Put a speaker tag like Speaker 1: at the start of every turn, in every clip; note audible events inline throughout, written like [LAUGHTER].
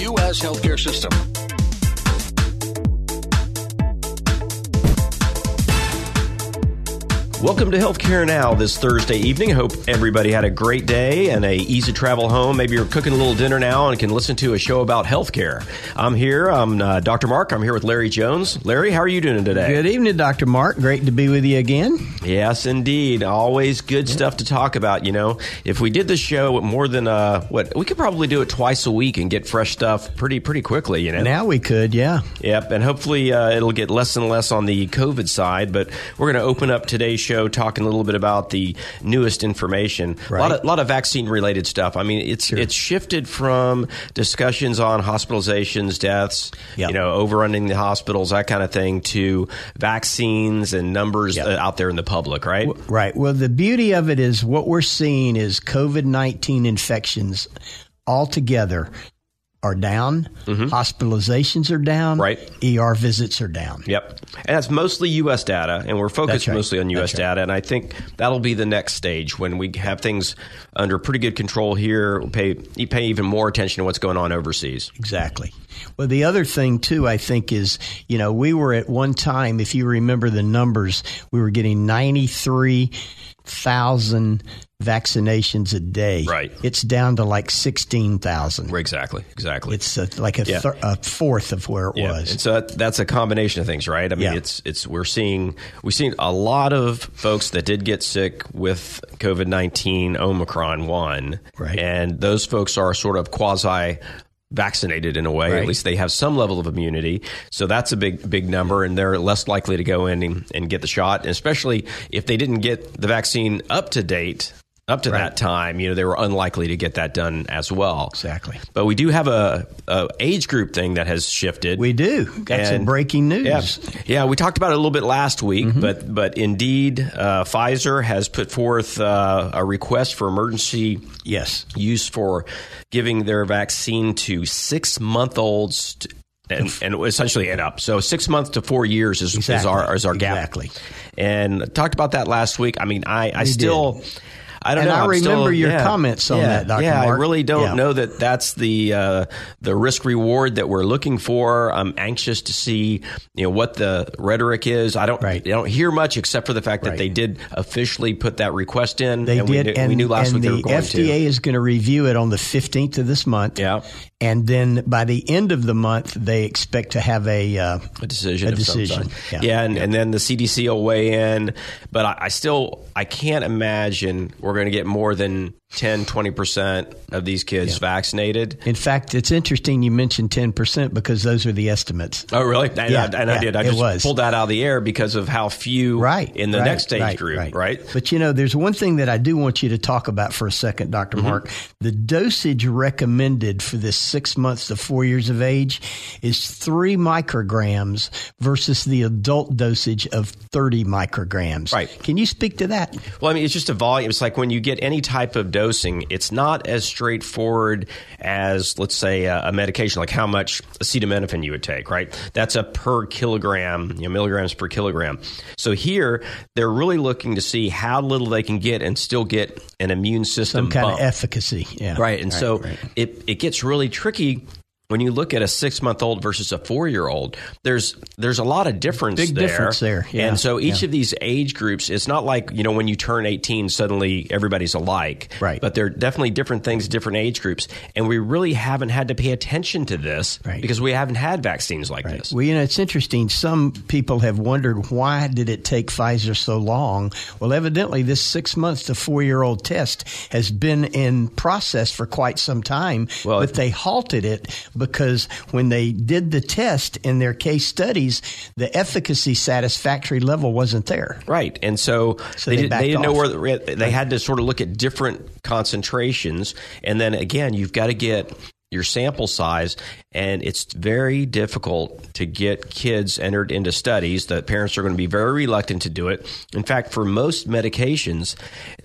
Speaker 1: healthcare system.
Speaker 2: Welcome to Healthcare Now this Thursday evening. Hope everybody had a great day and a easy travel home. Maybe you're cooking a little dinner now and can listen to a show about healthcare. I'm here. I'm uh, Dr. Mark. I'm here with Larry Jones. Larry, how are you doing today?
Speaker 3: Good evening, Dr. Mark. Great to be with you again.
Speaker 2: Yes, indeed. Always good stuff to talk about. You know, if we did this show more than uh, what we could probably do it twice a week and get fresh stuff pretty pretty quickly. You know.
Speaker 3: Now we could, yeah.
Speaker 2: Yep, and hopefully uh, it'll get less and less on the COVID side. But we're going to open up today's show talking a little bit about the newest information, a lot of,
Speaker 3: Right.
Speaker 2: lot of vaccine related stuff. I mean, it's it's shifted from discussions on hospitalizations, deaths,
Speaker 3: Yep.
Speaker 2: you know, overrunning the hospitals, that kind of thing, to vaccines and numbers
Speaker 3: Yep.
Speaker 2: uh, out there in the public, right?
Speaker 3: Right. Well, the beauty of it is what we're seeing is COVID 19 infections altogether are down, hospitalizations are down,
Speaker 2: Mm-hmm. Right.
Speaker 3: ER visits are down.
Speaker 2: Yep. And that's mostly U.S. data, and we're focused
Speaker 3: That's right.
Speaker 2: mostly on U.S.
Speaker 3: That's right.
Speaker 2: data. And I think that'll be the next stage when we have things under pretty good control here. We'll pay, you pay even more attention to what's going on overseas.
Speaker 3: Exactly. Well, the other thing too, I think is, you know, we were at one time, if you remember the numbers, we were getting 93,000 vaccinations a day.
Speaker 2: Right.
Speaker 3: It's down to like 16,000.
Speaker 2: Exactly. Exactly.
Speaker 3: It's a, like a,
Speaker 2: Yeah.
Speaker 3: thir- a fourth of where it
Speaker 2: Yeah.
Speaker 3: was.
Speaker 2: And so that, that's a combination of things, right? I mean,
Speaker 3: Yeah.
Speaker 2: it's it's we're seeing we're seeing a lot of folks that did get sick with COVID nineteen Omicron one,
Speaker 3: Right.
Speaker 2: And those folks are sort of quasi vaccinated in a way. At
Speaker 3: Right.
Speaker 2: least they have some level of immunity. So that's a big big number, and they're less likely to go in and, and get the shot, and especially if they didn't get the vaccine up to date. Up to that time, you know, they were unlikely to get that done as well.
Speaker 3: Exactly.
Speaker 2: But we do have a, a age group thing that has shifted.
Speaker 3: We do. Got some
Speaker 2: And-
Speaker 3: breaking news.
Speaker 2: Yeah, yeah. We talked about it a little bit last week,
Speaker 3: Mm-hmm.
Speaker 2: but but indeed, uh, Pfizer has put forth uh, a request for emergency
Speaker 3: Yes.
Speaker 2: use for giving their vaccine to six month olds. t- And, and essentially and up. So six months to four years is, is
Speaker 3: Exactly.
Speaker 2: our is our gap.
Speaker 3: Exactly.
Speaker 2: And talked about that last week. I mean, I, I still, I don't
Speaker 3: And
Speaker 2: know.
Speaker 3: I
Speaker 2: I'm still-
Speaker 3: remember your
Speaker 2: yeah.
Speaker 3: comments on
Speaker 2: Yeah.
Speaker 3: that, Dr.
Speaker 2: Yeah, I
Speaker 3: Mark.
Speaker 2: really don't
Speaker 3: Yeah.
Speaker 2: know know that that's the uh, the risk reward that we're looking for. I'm anxious to see you know what the rhetoric is. I don't
Speaker 3: Right.
Speaker 2: I don't hear much except for the fact that
Speaker 3: Right.
Speaker 2: they did officially put that request in.
Speaker 3: They
Speaker 2: and
Speaker 3: did.
Speaker 2: We knew,
Speaker 3: and
Speaker 2: we knew last
Speaker 3: and
Speaker 2: week
Speaker 3: the
Speaker 2: they were going
Speaker 3: FDA
Speaker 2: to.
Speaker 3: is going to review it on the 15th of this month.
Speaker 2: Yeah.
Speaker 3: And then by the end of the month, they expect to have a. Uh,
Speaker 2: A decision.
Speaker 3: a
Speaker 2: of some
Speaker 3: decision,
Speaker 2: sort.
Speaker 3: yeah.
Speaker 2: Yeah, and, and then the CDC will weigh in. But I, I still I can't imagine we're going to get more than 10, 20 percent of these kids vaccinated.
Speaker 3: in fact, it's interesting you mentioned 10% because those are the estimates.
Speaker 2: Oh, really? And,
Speaker 3: Yeah,
Speaker 2: I, and I
Speaker 3: yeah,
Speaker 2: did. I
Speaker 3: it
Speaker 2: just
Speaker 3: was.
Speaker 2: pulled that out of the air because of how few
Speaker 3: Right.
Speaker 2: in the
Speaker 3: right,
Speaker 2: next stage
Speaker 3: right,
Speaker 2: group, right?
Speaker 3: But you know, there's one thing that I do want you to talk about for a second, doctor
Speaker 2: Mm-hmm.
Speaker 3: Mark. The dosage recommended for this six months to four years of age is three micrograms versus the adult dosage of 30 micrograms.
Speaker 2: Right.
Speaker 3: Can you speak to that?
Speaker 2: Well, I mean, it's just a volume. It's like when you get any type of dosing, it's not as straightforward as, let's say, a, a medication, like how much acetaminophen you would take, right? That's a per kilogram, you know, milligrams per kilogram. So here, they're really looking to see how little they can get and still get an immune system
Speaker 3: Some kind
Speaker 2: bump.
Speaker 3: of efficacy. Yeah.
Speaker 2: Right. And so
Speaker 3: right.
Speaker 2: It, it gets really tricky when you look at a six month old versus a four year old. There's there's a lot of difference
Speaker 3: Big
Speaker 2: there.
Speaker 3: difference there, yeah,
Speaker 2: And so each of these age groups, it's not like, you know, when you turn 18, suddenly everybody's alike.
Speaker 3: Right.
Speaker 2: But they're definitely different things, different age groups. And we really haven't had to pay attention to this
Speaker 3: Right.
Speaker 2: because we haven't had vaccines like this.
Speaker 3: Well, you know, it's interesting. Some people have wondered why did it take Pfizer so long? Well, evidently, this six month to four year old test has been in process for quite some time.
Speaker 2: Well,
Speaker 3: but
Speaker 2: it-
Speaker 3: they halted it because when they did the test in their case studies, the efficacy satisfactory level wasn't there.
Speaker 2: Right, and so, they,
Speaker 3: they
Speaker 2: didn't, they
Speaker 3: backed
Speaker 2: didn't know
Speaker 3: off.
Speaker 2: where the- they had to sort of look at different concentrations, and then again, you've got to get your sample size, and it's very difficult to get kids entered into studies. The parents are going to be very reluctant to do it. In fact, for most medications,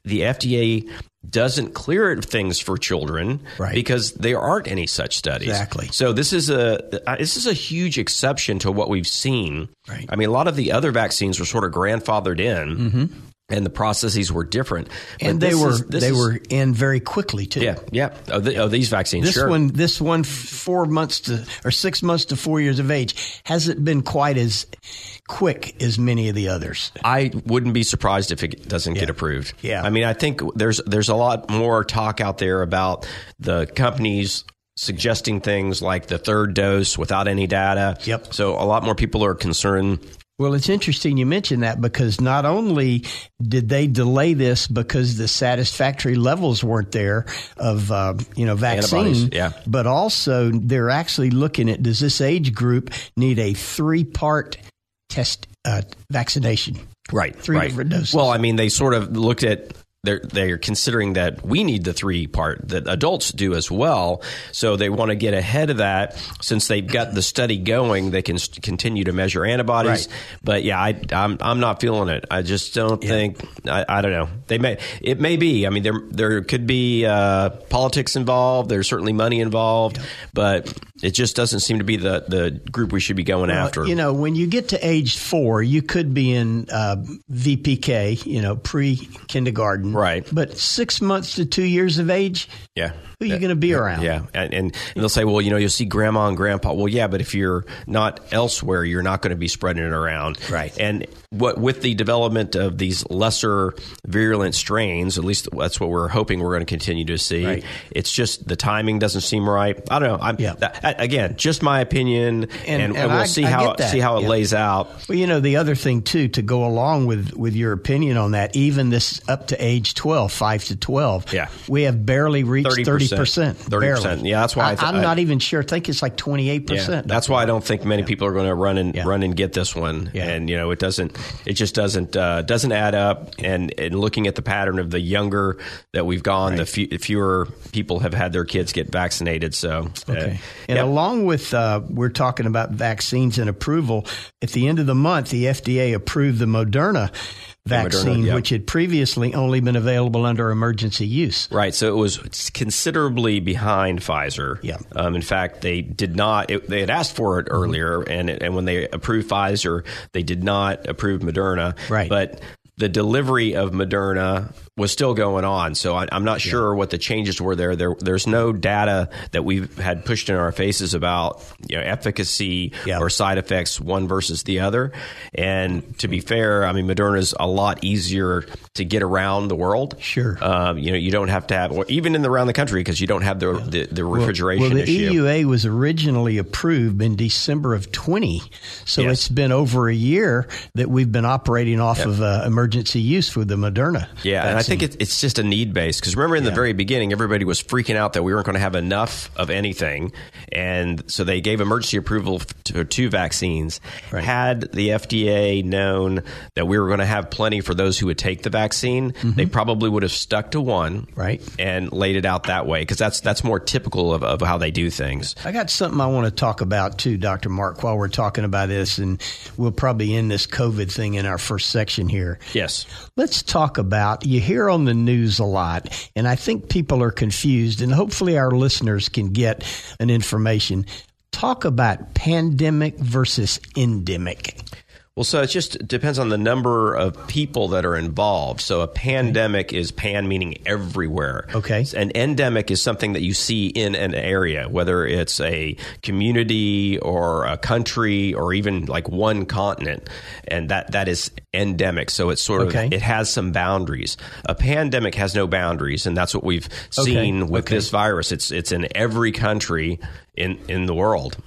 Speaker 2: the FDA doesn't clear things for children
Speaker 3: Right.
Speaker 2: because there aren't any such studies.
Speaker 3: Exactly.
Speaker 2: So this is a uh, this is a huge exception to what we've seen.
Speaker 3: Right.
Speaker 2: I mean, a lot of the other vaccines were sort of grandfathered in. and the processes were different. But
Speaker 3: Mm-hmm. and they
Speaker 2: this
Speaker 3: were
Speaker 2: is- this
Speaker 3: they
Speaker 2: is-
Speaker 3: were in very quickly too.
Speaker 2: yeah yeah. Oh, the, oh these vaccines.
Speaker 3: This
Speaker 2: sure.
Speaker 3: one, this one, f- four months to or six months to four years of age hasn't been quite as quick as many of the others.
Speaker 2: I wouldn't be surprised if it doesn't get
Speaker 3: Yeah.
Speaker 2: approved.
Speaker 3: Yeah.
Speaker 2: I mean, I think there's there's a lot more talk out there about the companies suggesting things like the third dose without any data.
Speaker 3: Yep.
Speaker 2: So a lot more people are concerned.
Speaker 3: Well, it's interesting you mention that because not only did they delay this because the satisfactory levels weren't there of uh, you know vaccine,
Speaker 2: Antibodies, yeah.
Speaker 3: but also they're actually looking at does this age group need a three part test uh, vaccination?
Speaker 2: Right.
Speaker 3: Three different doses.
Speaker 2: Well, I mean, they sort of looked at. They're, they're considering that we need the three part that adults do as well. So they want to get ahead of that. Since they've got the study going, they can st- continue to measure antibodies.
Speaker 3: Right.
Speaker 2: But yeah, I, I'm, I'm not feeling it. I just don't think, I, I don't know. They may, it may be. I mean, there, there could be uh, politics involved. There's certainly money involved, but it just doesn't seem to be the, the group we should be going
Speaker 3: Well,
Speaker 2: after.
Speaker 3: Uh, You know, when you get to age four, you could be in uh, VPK, you know, pre kindergarten.
Speaker 2: Right.
Speaker 3: But six months to two years of age,
Speaker 2: yeah.
Speaker 3: who are you going to be around?
Speaker 2: Yeah, and, and and they'll say, well, you know, you'll see grandma and grandpa. Well, yeah, but if you're not elsewhere, you're not going to be spreading it around,
Speaker 3: Right.
Speaker 2: And what with the development of these lesser virulent strains, at least that's what we're hoping we're going to continue to see.
Speaker 3: Right.
Speaker 2: It's just the timing doesn't seem right. I don't know. I'm,
Speaker 3: Yeah.
Speaker 2: that- again, just my opinion, and, and,
Speaker 3: and
Speaker 2: we'll
Speaker 3: I-
Speaker 2: see
Speaker 3: I
Speaker 2: how
Speaker 3: get that.
Speaker 2: see how it
Speaker 3: Yeah.
Speaker 2: lays out.
Speaker 3: Well, you know, the other thing too, to go along with with your opinion on that, even this up to age 12, 5 to twelve,
Speaker 2: Yeah.
Speaker 3: we have barely reached thirty
Speaker 2: 30%.
Speaker 3: percent. barely.
Speaker 2: Yeah, that's why I th-
Speaker 3: I, am
Speaker 2: I-
Speaker 3: not even sure. I think it's like twenty eight
Speaker 2: Yeah,
Speaker 3: percent.
Speaker 2: that's why I don't think many people are going to run and
Speaker 3: Yeah.
Speaker 2: run and get this one.
Speaker 3: Yeah.
Speaker 2: And you know, it doesn't. It just doesn't uh, doesn't add up. And and looking at the pattern of the younger that we've gone, the fe- fewer people have had their kids get vaccinated. So uh,
Speaker 3: Okay.
Speaker 2: yeah.
Speaker 3: And along with, uh, we're talking about vaccines and approval. At the end of the month, the FDA approved the Moderna vaccine,
Speaker 2: yeah.
Speaker 3: which had previously only been available under emergency use.
Speaker 2: Right, so it was considerably behind Pfizer.
Speaker 3: Yeah. Mm-hmm.
Speaker 2: Um, in fact, they did not. It, they had asked for it earlier, and and when they approved Pfizer, they did not approve Moderna.
Speaker 3: Right.
Speaker 2: But the delivery of Moderna was still going on, so I, I'm not sure what the changes were there. There, there's no data that we've had pushed in our faces about you know efficacy
Speaker 3: Yeah.
Speaker 2: or side effects one versus the other. And to be fair, I mean Moderna is a lot easier to get around the world.
Speaker 3: Sure.
Speaker 2: Um, you know, you don't have to have, or even in the around the country, because you don't have the the, the refrigeration
Speaker 3: Well, the E
Speaker 2: issue.
Speaker 3: EUA was originally approved in December of 20. So
Speaker 2: Yes.
Speaker 3: it's been over a year that we've been operating off of uh, emergency use with the Moderna.
Speaker 2: yeah, and I think it, it's just a need base because remember in the very beginning, everybody was freaking out that we weren't going to have enough of anything, and so they gave emergency approval f- to two vaccines. Had the FDA known that we were going to have plenty for those who would take the vaccine, they probably would have stuck to one,
Speaker 3: Mm-hmm. Right.
Speaker 2: and laid it out that way because that's that's more typical of, of how they do things.
Speaker 3: I got something I want to talk about too, Dr. Mark, while we're talking about this, and we'll probably end this COVID thing in our first section here.
Speaker 2: Yes,
Speaker 3: Let's talk about you hear on the news a lot, and I think people are confused, and hopefully our listeners can get an information. Talk about pandemic versus endemic.
Speaker 2: Well, so it just depends on the number of people that are involved. So a pandemic is pan meaning everywhere.
Speaker 3: Okay.
Speaker 2: An endemic is something that you see in an area, whether it's a community or a country or even like one continent, and that that is endemic. So it's sort
Speaker 3: Okay.
Speaker 2: of it has some boundaries. A pandemic has no boundaries, and that's what we've
Speaker 3: Okay.
Speaker 2: seen with this virus. It's it's in every country in in the world.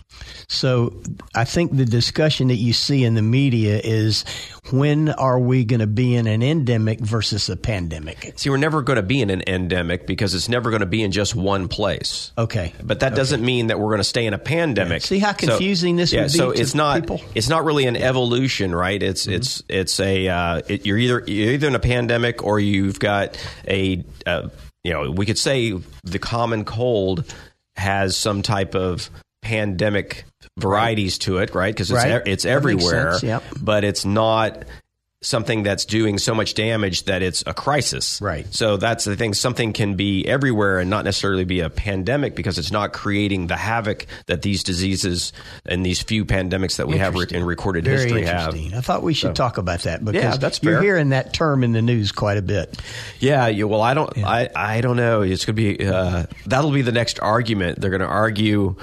Speaker 3: So I think the discussion that you see in the media is when are we going to be in an endemic versus a pandemic?
Speaker 2: See, we're never going to be in an endemic because it's never going to be in just one place.
Speaker 3: Okay.
Speaker 2: But that doesn't mean that we're going to stay in a pandemic.
Speaker 3: See how
Speaker 2: So-
Speaker 3: confusing this
Speaker 2: yeah,
Speaker 3: would be
Speaker 2: So
Speaker 3: to
Speaker 2: it's not
Speaker 3: people? Mm-hmm.
Speaker 2: it's not really an evolution, right? It's it's it's a uh, it, you're either you're either in a pandemic or you've got a uh, you know we could say the common cold has some type of pandemic varieties to it, right? Because it's
Speaker 3: Right.
Speaker 2: e- it's
Speaker 3: That makes
Speaker 2: everywhere,
Speaker 3: sense, yep.
Speaker 2: but it's not something that's doing so much damage that it's a crisis.
Speaker 3: Right.
Speaker 2: So that's the thing. Something can be everywhere and not necessarily be a pandemic because it's not creating the havoc that these diseases and these few pandemics that we have re- in recorded
Speaker 3: Very
Speaker 2: history have.
Speaker 3: interesting. I thought we should talk about that because
Speaker 2: that's
Speaker 3: you're
Speaker 2: fair.
Speaker 3: hearing that term in the news quite a bit.
Speaker 2: Yeah, you, well, I don't, I, I don't know. It's going to be uh, that'll be the next argument. They're going to argue.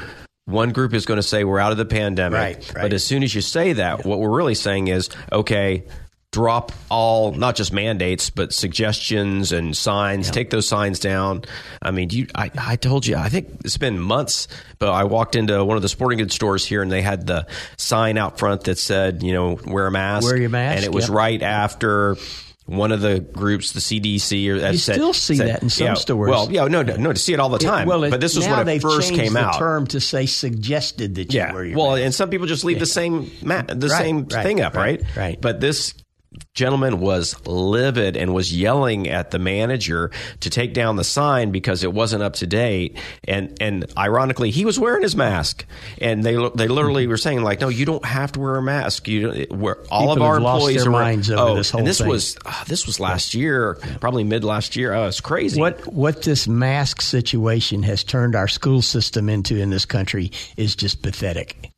Speaker 2: One group is going to say we're out of the pandemic,
Speaker 3: Right, right.
Speaker 2: but as soon as you say that, what we're really saying is okay. Drop all, not just mandates, but suggestions and signs. Take those signs down. I mean, you, I, I told you, I think it's been months, but I walked into one of the sporting goods stores here and they had the sign out front that said, you know, wear a mask.
Speaker 3: Wear your mask,
Speaker 2: And it was
Speaker 3: yep.
Speaker 2: right after one of the groups, the CDC, or
Speaker 3: You still see that in some
Speaker 2: yeah,
Speaker 3: stores.
Speaker 2: Well, yeah, no, no, no, to see it all the time.
Speaker 3: well, it-
Speaker 2: but this was
Speaker 3: now
Speaker 2: when it
Speaker 3: they've
Speaker 2: first
Speaker 3: changed
Speaker 2: came
Speaker 3: the
Speaker 2: out.
Speaker 3: term to say suggested that you
Speaker 2: yeah.
Speaker 3: wear your
Speaker 2: Well, and some people just leave the same ma- the
Speaker 3: Right,
Speaker 2: same
Speaker 3: right,
Speaker 2: thing up,
Speaker 3: right,
Speaker 2: right?
Speaker 3: right.
Speaker 2: But this gentleman was livid and was yelling at the manager to take down the sign because it wasn't up to date and and ironically he was wearing his mask and they they literally were saying like no you don't have to wear a mask you don't, we're, all of
Speaker 3: People
Speaker 2: our
Speaker 3: have lost
Speaker 2: employees
Speaker 3: their
Speaker 2: are
Speaker 3: minds over
Speaker 2: oh,
Speaker 3: this whole
Speaker 2: and this
Speaker 3: thing.
Speaker 2: was ah, this was last year probably mid last year oh it's crazy
Speaker 3: What what this mask situation has turned our school system into in this country is just pathetic.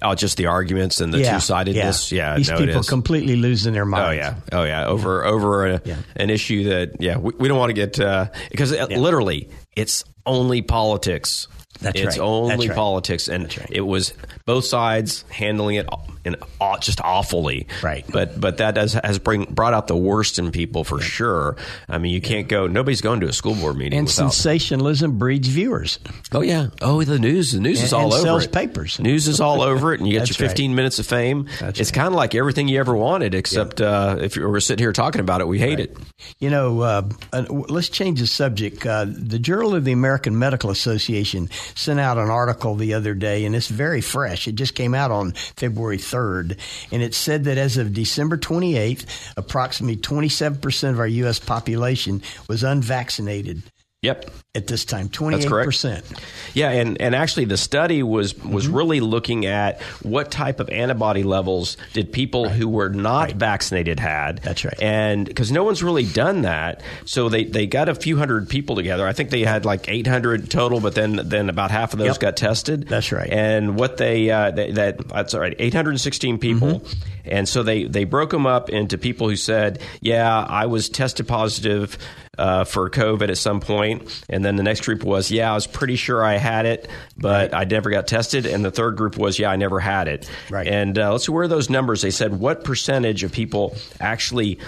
Speaker 2: oh just the arguments and the two-sidedness yeah,
Speaker 3: these
Speaker 2: no it
Speaker 3: people
Speaker 2: is
Speaker 3: completely losing their minds.
Speaker 2: Oh yeah, oh yeah, over over a, an issue that yeah we, we don't want to get uh, because uh literally it's only politics.
Speaker 3: That's
Speaker 2: it's
Speaker 3: right.
Speaker 2: only
Speaker 3: That's right.
Speaker 2: politics, and it was both sides handling it aw- in aw- just awfully.
Speaker 3: Right.
Speaker 2: but but that has has bring brought out the worst in people for sure. I mean, you can't go. Nobody's going to a school board meeting
Speaker 3: and
Speaker 2: without.
Speaker 3: sensationalism breeds viewers.
Speaker 2: oh yeah. Oh, the news. The news is
Speaker 3: And-
Speaker 2: all
Speaker 3: and
Speaker 2: over.
Speaker 3: sells
Speaker 2: it.
Speaker 3: papers.
Speaker 2: News is all over it, and you get
Speaker 3: [LAUGHS] That's
Speaker 2: your 15 minutes of fame. it's kind of like everything you ever wanted, except uh, if you were sitting here talking about it, we hate it.
Speaker 3: You know, uh, uh, let's change the subject. Uh, the Journal of the American Medical Association sent out an article the other day, and it's very fresh. It just came out on February 3rd, and it said that as of December 28th, approximately 27% of our U.S. population was unvaccinated
Speaker 2: Yep.
Speaker 3: at this time. 28%.
Speaker 2: That's correct. Yeah, and, and actually the study was was
Speaker 3: Mm-hmm.
Speaker 2: really looking at what type of antibody levels did people who were not vaccinated had.
Speaker 3: That's right.
Speaker 2: And because no one's really done that, so they, they got a few hundred people together. I think they had like 800 total, but then then about half of those
Speaker 3: Yep.
Speaker 2: got tested.
Speaker 3: That's right.
Speaker 2: And what they, uh, they that that's all right, 816 people. And so they they broke them up into people who said, "Yeah, I was tested positive uh, for COVID at some point," and then the next group was, "Yeah, I was pretty sure I had it, but I never got tested," and the third group was, "Yeah, I never had it."
Speaker 3: Right.
Speaker 2: And uh, let's see, where are those numbers? They said what percentage of people actually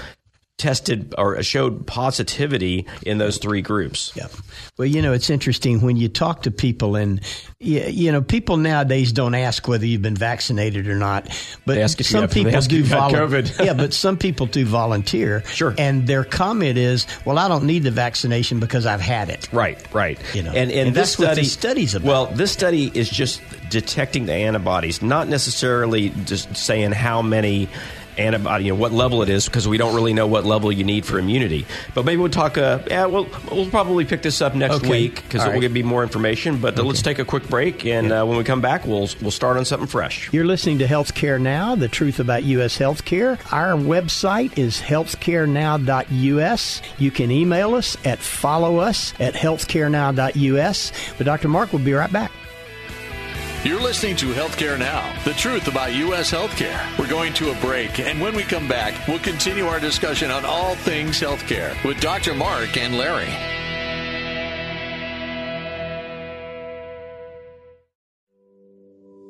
Speaker 2: tested or showed positivity in those three groups?
Speaker 3: Yeah. Well, you know, it's interesting when you talk to people, and y- you know, people nowadays don't ask whether you've been vaccinated or not, but
Speaker 2: They ask if you
Speaker 3: some
Speaker 2: have- they
Speaker 3: people
Speaker 2: ask
Speaker 3: do
Speaker 2: if you've had
Speaker 3: volun-
Speaker 2: COVID.
Speaker 3: yeah, but some people do volunteer.
Speaker 2: Sure.
Speaker 3: And their comment is, "Well, I don't need the vaccination because I've had it."
Speaker 2: Right, right.
Speaker 3: You know,
Speaker 2: and, and
Speaker 3: and
Speaker 2: this
Speaker 3: that's what
Speaker 2: study,
Speaker 3: this study's about.
Speaker 2: Well, this study is just detecting the antibodies, not necessarily just saying how many antibody, you know, what level it is, because we don't really know what level you need for immunity. But maybe we'll talk. Uh, yeah, we'll we'll probably pick this up next
Speaker 3: Okay.
Speaker 2: week because
Speaker 3: All
Speaker 2: there will
Speaker 3: right.
Speaker 2: be more information. But uh, let's take a quick break, and uh, when we come back, we'll we'll start on something fresh.
Speaker 3: You're listening to Healthcare Now, the truth about U.S. healthcare. Our website is healthcarenow.us. You can email us at follow us at healthcarenow.us. But Dr. Mark will be right back.
Speaker 1: You're listening to Healthcare Now, the truth about U.S. healthcare. We're going to a break, and when we come back, we'll continue our discussion on all things healthcare with Dr. Mark and Larry.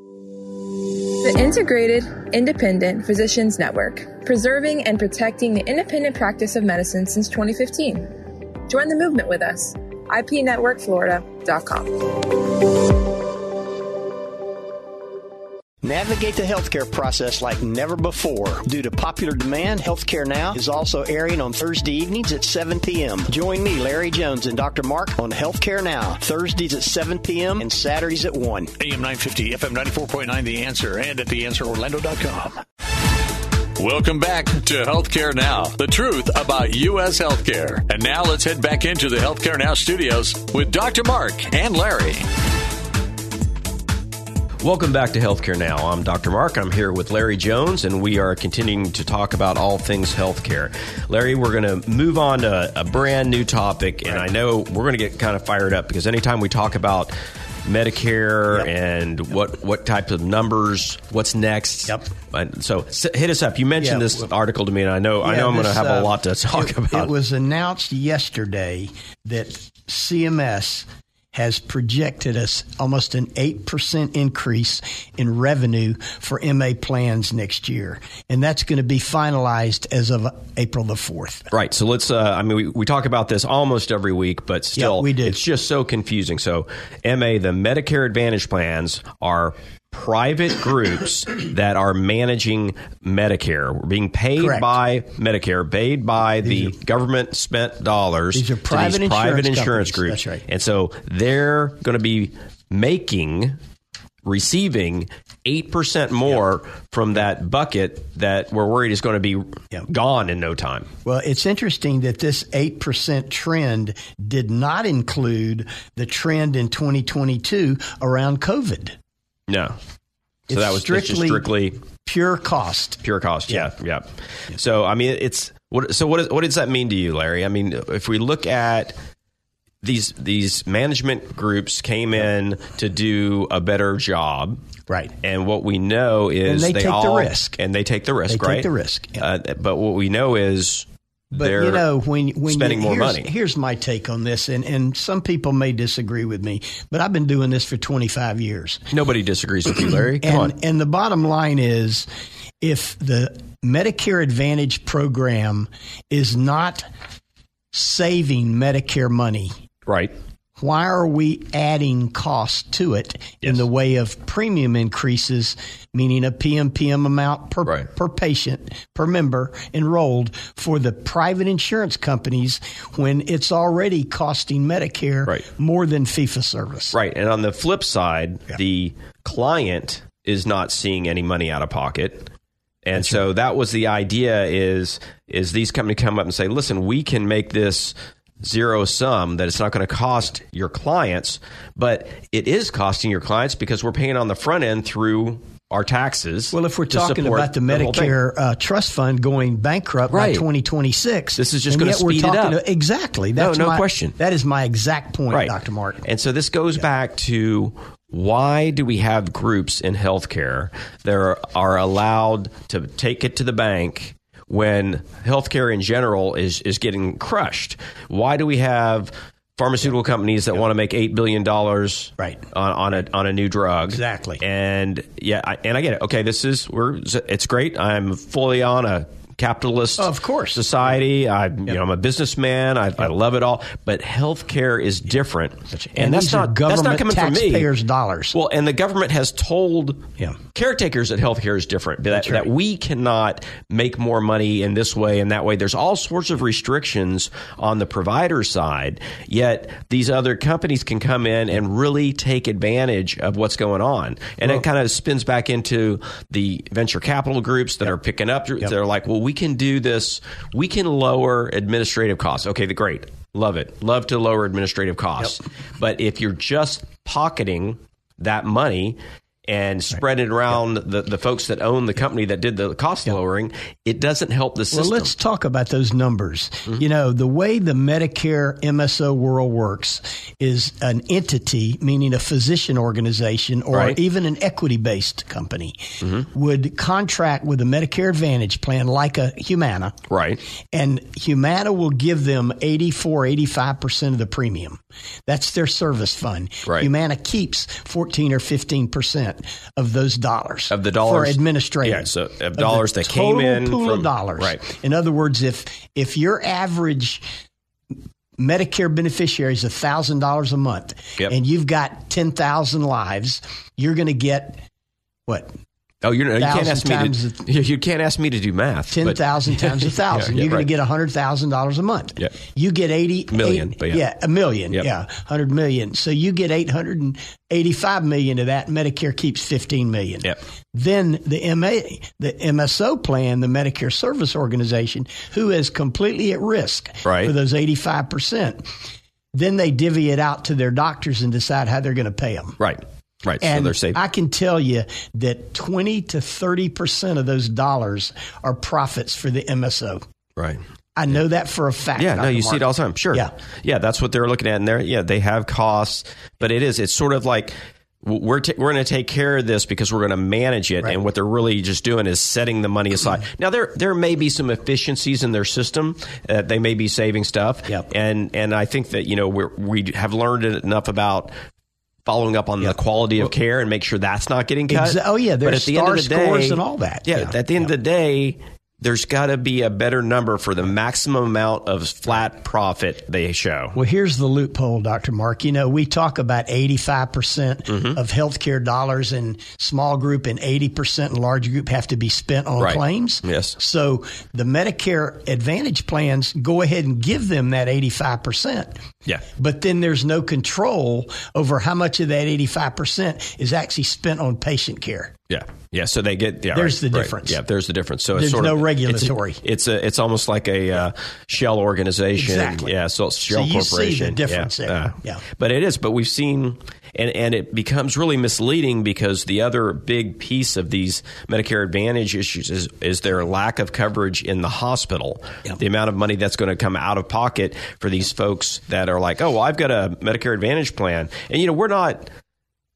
Speaker 4: The Integrated Independent Physicians Network, preserving and protecting the independent practice of medicine since 2015. Join the movement with us. IPNetworkFlorida.com.
Speaker 3: Navigate the healthcare process like never before. Due to popular demand, Healthcare Now is also airing on Thursday evenings at 7 p.m. Join me, Larry Jones, and Dr. Mark on Healthcare Now, Thursdays at 7 p.m. and Saturdays at 1.
Speaker 1: AM 950, FM 94.9, The Answer, and at TheAnswerOrlando.com. Welcome back to Healthcare Now, the truth about U.S. healthcare. And now let's head back into the Healthcare Now studios with Dr. Mark and Larry.
Speaker 2: Welcome back to Healthcare Now. I'm Dr. Mark. I'm here with Larry Jones, and we are continuing to talk about all things healthcare. Larry, we're going to move on to a brand new topic, and I know we're going to get kind of fired up because anytime we talk about Medicare
Speaker 3: Yep.
Speaker 2: and what what types of numbers, what's next?
Speaker 3: Yep.
Speaker 2: And so s- hit us up. You mentioned
Speaker 3: Yeah,
Speaker 2: this
Speaker 3: well-
Speaker 2: article to me, and I know I
Speaker 3: Yeah,
Speaker 2: know I'm going to
Speaker 3: this,
Speaker 2: have
Speaker 3: uh,
Speaker 2: a lot to talk
Speaker 3: it,
Speaker 2: about.
Speaker 3: It was announced yesterday that CMS has projected us almost an 8% increase in revenue for MA plans next year. And that's going to be finalized as of April the 4th.
Speaker 2: Right. So let's. Uh, I mean, we, we talk about this almost every week, but still,
Speaker 3: we do.
Speaker 2: It's just so confusing. So, MA, the Medicare Advantage plans are private
Speaker 3: [COUGHS]
Speaker 2: groups that are managing Medicare. We're being paid
Speaker 3: Correct.
Speaker 2: by Medicare, paid by the government spent dollars
Speaker 3: These are
Speaker 2: to
Speaker 3: private
Speaker 2: these
Speaker 3: insurance
Speaker 2: private insurance
Speaker 3: companies.
Speaker 2: groups.
Speaker 3: That's right.
Speaker 2: And so they're going to be making receiving 8% more from that bucket that we're worried is going to be
Speaker 3: Yeah.
Speaker 2: gone in no time.
Speaker 3: Well, it's interesting that this 8% trend did not include the trend in 2022 around COVID.
Speaker 2: No. So
Speaker 3: It's
Speaker 2: that was that's just
Speaker 3: strictly-
Speaker 2: strictly
Speaker 3: Pure cost.
Speaker 2: pure cost. Yeah, yeah. So I mean, it's what. So what? Is, what does that mean to you, Larry? I mean, if we look at these these management groups came in to do a better job,
Speaker 3: Right.
Speaker 2: and what we know is
Speaker 3: they take the
Speaker 2: all
Speaker 3: risk.
Speaker 2: and they take the risk,
Speaker 3: They take
Speaker 2: right?
Speaker 3: the risk, yeah.
Speaker 2: Uh, but what we know is
Speaker 3: But
Speaker 2: they're
Speaker 3: you know, when when
Speaker 2: spending
Speaker 3: you,
Speaker 2: more
Speaker 3: here's,
Speaker 2: money.
Speaker 3: Here's my take on this, and and some people may disagree with me, but I've been doing this for 25 years,
Speaker 2: Nobody disagrees with you, Larry. Come
Speaker 3: and
Speaker 2: on.
Speaker 3: and the bottom line is, if the Medicare Advantage program is not saving Medicare money,
Speaker 2: Right.
Speaker 3: why are we adding cost to it in
Speaker 2: Yes.
Speaker 3: the way of premium increases, meaning a PMPM amount per,
Speaker 2: Right.
Speaker 3: per patient, per member enrolled for the private insurance companies when it's already costing Medicare
Speaker 2: Right.
Speaker 3: more than FIFA service?
Speaker 2: Right. And on the flip side, the client is not seeing any money out of pocket. And so that was the idea is is these companies come up and say, "Listen, we can make this zero sum that it's not going to cost your clients, but it is costing your clients because we're paying on the front end through our taxes."
Speaker 3: Well, if we're
Speaker 2: to
Speaker 3: talking
Speaker 2: support
Speaker 3: about the
Speaker 2: whole thing.
Speaker 3: Medicare uh, trust fund going bankrupt by
Speaker 2: Right.
Speaker 3: 2026,
Speaker 2: This is just
Speaker 3: and
Speaker 2: gonna
Speaker 3: yet we're
Speaker 2: speed it
Speaker 3: talking
Speaker 2: up.
Speaker 3: to- exactly.
Speaker 2: No,
Speaker 3: That's
Speaker 2: no
Speaker 3: my-
Speaker 2: question.
Speaker 3: That is my exact point, Dr. Mark.
Speaker 2: And so this goes back to why do we have groups in healthcare that are, are allowed to take it to the bank when healthcare in general is, is getting crushed? Why do we have pharmaceutical companies that want to make $8 billion
Speaker 3: Right.
Speaker 2: on, on, a, on a new drug?
Speaker 3: Exactly.
Speaker 2: And yeah, I, and I get it. Okay, this is, we're, it's great. I'm fully on a capitalist
Speaker 3: Of course.
Speaker 2: society. I, you know, I'm a businessman. I, I love it all. But healthcare is different, and,
Speaker 3: And
Speaker 2: that's
Speaker 3: these are
Speaker 2: not that's not coming
Speaker 3: government
Speaker 2: from me.
Speaker 3: taxpayers' dollars.
Speaker 2: Well, and the government has told
Speaker 3: Yeah.
Speaker 2: caretakers that healthcare is different. That, that we cannot make more money in this way and that way. There's all sorts of restrictions on the provider side. Yet these other companies can come in and really take advantage of what's going on, and it kind of spins back into the venture capital groups that are picking up. They're like, well, we can do this. We can lower administrative costs. Okay, the great. Love it. Love to lower administrative costs. But if you're just pocketing that money and spread it around the, the folks that own the company that did the cost lowering, it doesn't help the system. Mm-hmm.
Speaker 3: Well, let's talk about those numbers. You know, the way the Medicare MSO world works is an entity, meaning a physician organization or
Speaker 2: Right. Mm-hmm.
Speaker 3: even an equity based company, would contract with a Medicare Advantage plan like a Humana.
Speaker 2: right.
Speaker 3: And Humana will give them 84, 85% of the premium. That's their service fund.
Speaker 2: Right.
Speaker 3: Humana keeps 14 or 15% of those dollars.
Speaker 2: Of the dollars-
Speaker 3: For administrative.
Speaker 2: Yeah, so of
Speaker 3: the
Speaker 2: dollars that came
Speaker 3: total
Speaker 2: in
Speaker 3: pool
Speaker 2: from-
Speaker 3: of dollars.
Speaker 2: right.
Speaker 3: In other words, if, if your average Medicare beneficiary is $1,000 a month
Speaker 2: Yep.
Speaker 3: and you've got 10,000 lives, you're going to get what?
Speaker 2: Oh, you're, you can't
Speaker 3: Thousand
Speaker 2: ask me
Speaker 3: times
Speaker 2: to [LAUGHS] you, you can't ask me to do math.
Speaker 3: ten
Speaker 2: but- [LAUGHS]
Speaker 3: thousand times a thousand.
Speaker 2: yeah,
Speaker 3: You're
Speaker 2: right.
Speaker 3: going to get hundred thousand dollars a month.
Speaker 2: Yeah.
Speaker 3: You get eighty
Speaker 2: Million,
Speaker 3: eight-
Speaker 2: but yeah.
Speaker 3: a million.
Speaker 2: Yep.
Speaker 3: Yeah, hundred million. So you get eight hundred and eighty-five million of that. Medicare keeps fifteen million.
Speaker 2: Yep.
Speaker 3: Then the MA, the MSO plan, the Medicare Service Organization, who is completely at risk
Speaker 2: Right.
Speaker 3: for those eighty-five percent. Then they divvy it out to their doctors and decide how they're going to pay them.
Speaker 2: Right. Right, so
Speaker 3: And
Speaker 2: they're safe.
Speaker 3: I can tell you that 20 to 30% of those dollars are profits for the MSO.
Speaker 2: Right.
Speaker 3: I know that for a fact.
Speaker 2: Yeah, no,
Speaker 3: Dr.
Speaker 2: you see
Speaker 3: Mark.
Speaker 2: it all the time. Sure.
Speaker 3: Yeah.
Speaker 2: Yeah, that's what they're looking at. And they're, yeah, they have costs, but it is, it's sort of like, w- we're, ta- we're going to take care of this because we're going to manage it. And what they're really just doing is setting the money aside.
Speaker 3: Mm-hmm.
Speaker 2: now, there, there may be some efficiencies in their system. Uh, they may be saving stuff.
Speaker 3: Yep.
Speaker 2: And, and I think that, you know, we're, we have learned enough about following up on the quality of care and make sure that's not getting cut.
Speaker 3: Exa- oh, yeah,
Speaker 2: But
Speaker 3: there's
Speaker 2: at the end of the
Speaker 3: star scores
Speaker 2: day-
Speaker 3: and all that.
Speaker 2: Yeah.
Speaker 3: Yeah.
Speaker 2: At the end of the day, there's got to be a better number for the maximum amount of flat profit they show.
Speaker 3: Well, here's the loophole, Dr. Mark. You know, we talk about 85% percent
Speaker 2: Mm-hmm.
Speaker 3: of healthcare dollars in small group and 80% in large group have to be spent on
Speaker 2: Right.
Speaker 3: claims.
Speaker 2: Yes.
Speaker 3: So the Medicare Advantage plans go ahead and give them that 85%.
Speaker 2: Yeah.
Speaker 3: But then there's no control over how much of that 85% is actually spent on patient care.
Speaker 2: Yeah, yeah. So they get yeah.
Speaker 3: There's
Speaker 2: right,
Speaker 3: the
Speaker 2: right.
Speaker 3: difference.
Speaker 2: Yeah, there's the difference. So it's
Speaker 3: There's
Speaker 2: sort
Speaker 3: no
Speaker 2: of,
Speaker 3: regulatory.
Speaker 2: It's a, it's, a, it's almost like a uh, shell organization.
Speaker 3: Exactly.
Speaker 2: Yeah. So it's shell
Speaker 3: So you see the
Speaker 2: corporation. Yeah, uh,
Speaker 3: difference there. Yeah.
Speaker 2: But it is. But we've seen, and and it becomes really misleading because the other big piece of these Medicare Advantage issues is is their lack of coverage in the hospital.
Speaker 3: Yeah.
Speaker 2: The amount of money that's going to come out of pocket for these folks that are like, oh, well, I've got a Medicare Advantage plan, and you know, we're not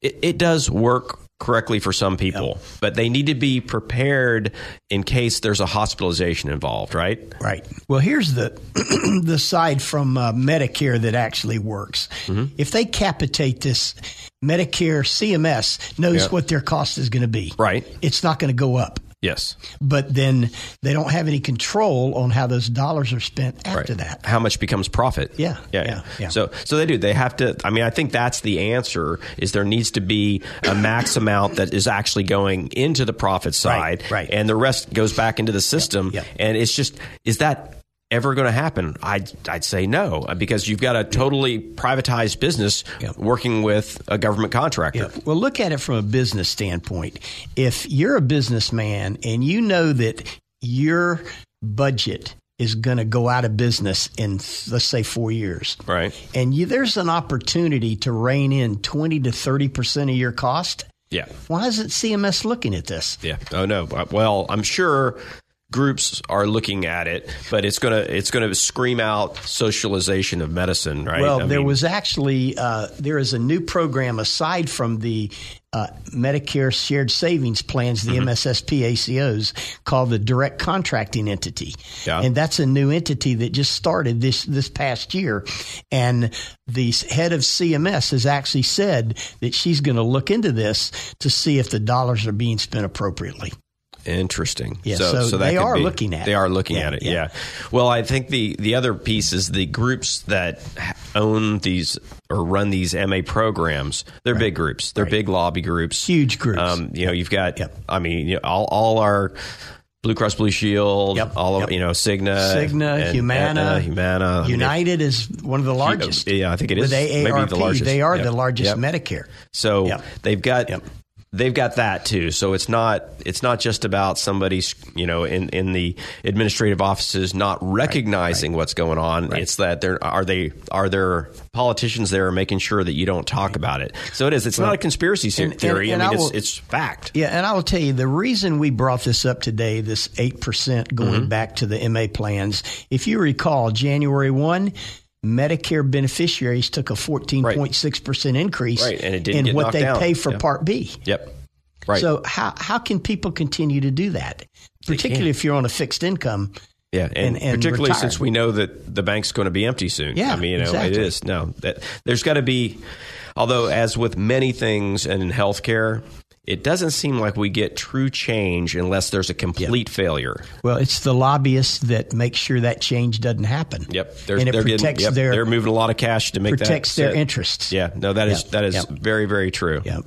Speaker 2: it, it does work correctly for some people, but they need to be prepared in case there's a hospitalization involved, right?
Speaker 3: Right. Well, here's the [CLEARS THROAT] the side from uh, Medicare that actually works.
Speaker 2: Mm-hmm.
Speaker 3: If they capitate this, Medicare CMS knows
Speaker 2: Yeah.
Speaker 3: what their cost is going to be.
Speaker 2: Right.
Speaker 3: It's not going to go up.
Speaker 2: Yes.
Speaker 3: But then they don't have any control on how those dollars are spent after that.
Speaker 2: How much becomes profit?
Speaker 3: Yeah,
Speaker 2: yeah.
Speaker 3: yeah, yeah.
Speaker 2: So so they do. They have to I mean, I think that's the answer is there needs to be a max amount that is actually going into the profit side
Speaker 3: right.
Speaker 2: and the rest goes back into the system.
Speaker 3: yeah.
Speaker 2: And it's just is that ever going to happen? I'd I'd say no because you've got a totally privatized business
Speaker 3: Yeah.
Speaker 2: working with a government contractor.
Speaker 3: Yeah. Well, look at it from a business standpoint. If you're a businessman and you know that your budget is going to go out of business in, let's say, four years,
Speaker 2: Right.
Speaker 3: and you, there's an opportunity to rein in 20 to 30% of your cost,
Speaker 2: Yeah.
Speaker 3: why isn't CMS looking at this?
Speaker 2: Yeah. Oh no. Uh, Well, I'm sure groups are looking at it, but it's gonna it's gonna scream out socialization of medicine, right?
Speaker 3: Well,
Speaker 2: I
Speaker 3: there
Speaker 2: mean,
Speaker 3: was actually uh, there is a new program aside from the uh, Medicare Shared Savings Plans,
Speaker 2: Mm-hmm.
Speaker 3: the MSSP ACOs, called the Direct Contracting Entity,
Speaker 2: Yeah.
Speaker 3: and that's a new entity that just started this this past year. And the s- head of CMS has actually said that she's going to look into this to see if the dollars are being spent appropriately.
Speaker 2: interesting.
Speaker 3: Yeah, so they
Speaker 2: could
Speaker 3: are looking at
Speaker 2: they
Speaker 3: it.
Speaker 2: are looking
Speaker 3: Yeah,
Speaker 2: at it.
Speaker 3: yeah.
Speaker 2: Yeah. Well, I think the the other piece is the groups that ha- own these or run these MA programs. They're big groups. They're big lobby groups.
Speaker 3: Huge groups.
Speaker 2: Um, you know, you've got.
Speaker 3: Yep.
Speaker 2: I mean, you know, all all our. Blue Cross Blue Shield,
Speaker 3: Yep,
Speaker 2: all of
Speaker 3: yep.
Speaker 2: you know, Cigna,
Speaker 3: Cigna,
Speaker 2: and
Speaker 3: Humana,
Speaker 2: Aetna, Humana, I mean, they're-
Speaker 3: United is one of the largest.
Speaker 2: uh, Yeah, I think it is
Speaker 3: With AARP,
Speaker 2: maybe the largest.
Speaker 3: they are
Speaker 2: Yep.
Speaker 3: the largest
Speaker 2: Yep.
Speaker 3: Medicare.
Speaker 2: So
Speaker 3: Yep.
Speaker 2: they've got
Speaker 3: Yep.
Speaker 2: they've got that too. So it's not it's not just about somebody you know in in the administrative offices not recognizing what's going on. It's that there are they are there politicians there making sure that you don't talk about it. So it is. It's not a conspiracy se-
Speaker 3: and- and-
Speaker 2: theory.
Speaker 3: and I
Speaker 2: I mean,
Speaker 3: will-
Speaker 2: it's, it's fact.
Speaker 3: Yeah, and I will tell you the reason we brought this up today, this 8% going
Speaker 2: Mm-hmm.
Speaker 3: back to the MA plans. If you recall, January 1, Medicare beneficiaries took a 14.6% increase
Speaker 2: Right, and it didn't
Speaker 3: in
Speaker 2: get
Speaker 3: what
Speaker 2: knocked
Speaker 3: they
Speaker 2: down.
Speaker 3: pay for
Speaker 2: Yeah.
Speaker 3: Part B.
Speaker 2: Yep. Right.
Speaker 3: So how how can people continue to do that? Particularly if you're on a fixed income.
Speaker 2: Yeah, and,
Speaker 3: and- and
Speaker 2: particularly
Speaker 3: retire.
Speaker 2: since we know that the bank's going to be empty soon.
Speaker 3: Yeah,
Speaker 2: I mean, you know, it
Speaker 3: exactly.
Speaker 2: is. No, that, there's got to be. Although, as with many things and in healthcare, it doesn't seem like we get true change unless there's a complete failure.
Speaker 3: Well, it's the lobbyists that make sure that change doesn't happen.
Speaker 2: Yep, they're,
Speaker 3: and it
Speaker 2: they're
Speaker 3: protects
Speaker 2: getting, yep,
Speaker 3: their
Speaker 2: they're moving a lot of cash to make
Speaker 3: protects
Speaker 2: that
Speaker 3: their
Speaker 2: sit.
Speaker 3: interests.
Speaker 2: Yeah, no, that is
Speaker 3: Yep,
Speaker 2: that is
Speaker 3: yep.
Speaker 2: very very true.
Speaker 3: Yep.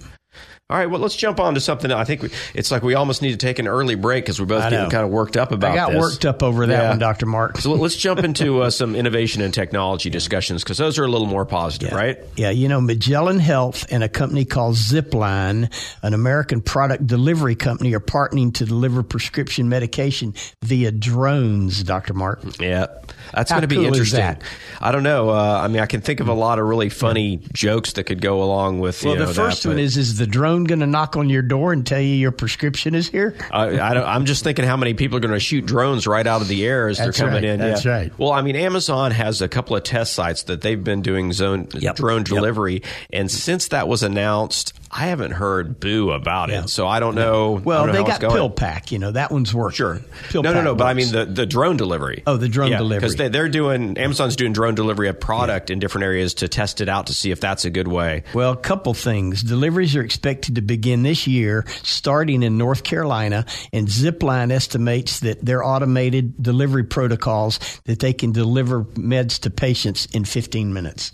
Speaker 2: All right, well, let's jump on to something. I think we, it's like we almost need to take an early break because we're both
Speaker 3: I
Speaker 2: getting
Speaker 3: know.
Speaker 2: kind of worked up about
Speaker 3: I got
Speaker 2: this.
Speaker 3: worked up over that
Speaker 2: Yeah.
Speaker 3: one, Dr. Mark.
Speaker 2: So let's jump into uh, some innovation and technology discussions because those are a little more positive, right?
Speaker 3: Yeah, you know, Magellan Health and a company called Zipline, an American product delivery company, are partnering to deliver prescription medication via drones, Dr. Mark.
Speaker 2: Yeah, that's
Speaker 3: How
Speaker 2: going to be
Speaker 3: cool is
Speaker 2: interesting.
Speaker 3: that?
Speaker 2: I don't know. Uh, I mean, I can think of a lot of really funny jokes that could go along with.
Speaker 3: Well,
Speaker 2: you know,
Speaker 3: the
Speaker 2: that,
Speaker 3: first one
Speaker 2: but
Speaker 3: is Is the drone going to knock on your door and tell you your prescription is here?
Speaker 2: I, I don't, I'm just thinking how many people are going to shoot drones right out of the air as
Speaker 3: That's
Speaker 2: they're coming
Speaker 3: right.
Speaker 2: in.
Speaker 3: That's
Speaker 2: Yeah.
Speaker 3: right.
Speaker 2: Well, I mean, Amazon has a couple of test sites that they've been doing zone
Speaker 3: Yep.
Speaker 2: drone
Speaker 3: Yep.
Speaker 2: delivery, and since that was announced, I haven't heard boo about
Speaker 3: Yeah.
Speaker 2: it. So I don't know. I
Speaker 3: Well,
Speaker 2: don't know
Speaker 3: they
Speaker 2: how it's
Speaker 3: got
Speaker 2: going.
Speaker 3: pill pack. You know, that one's working.
Speaker 2: Sure.
Speaker 3: Pill
Speaker 2: no, no,
Speaker 3: pack
Speaker 2: no. But I mean
Speaker 3: works.
Speaker 2: the, the drone delivery.
Speaker 3: Oh, the drone delivery.
Speaker 2: Because they, they're doing Amazon's doing drone delivery of product in different areas to test it out to see if that's a good way.
Speaker 3: Well, a couple things. Deliveries are expected to begin this year, starting in North Carolina, and Zipline estimates that their automated delivery protocols that they can deliver meds to patients in 15 minutes.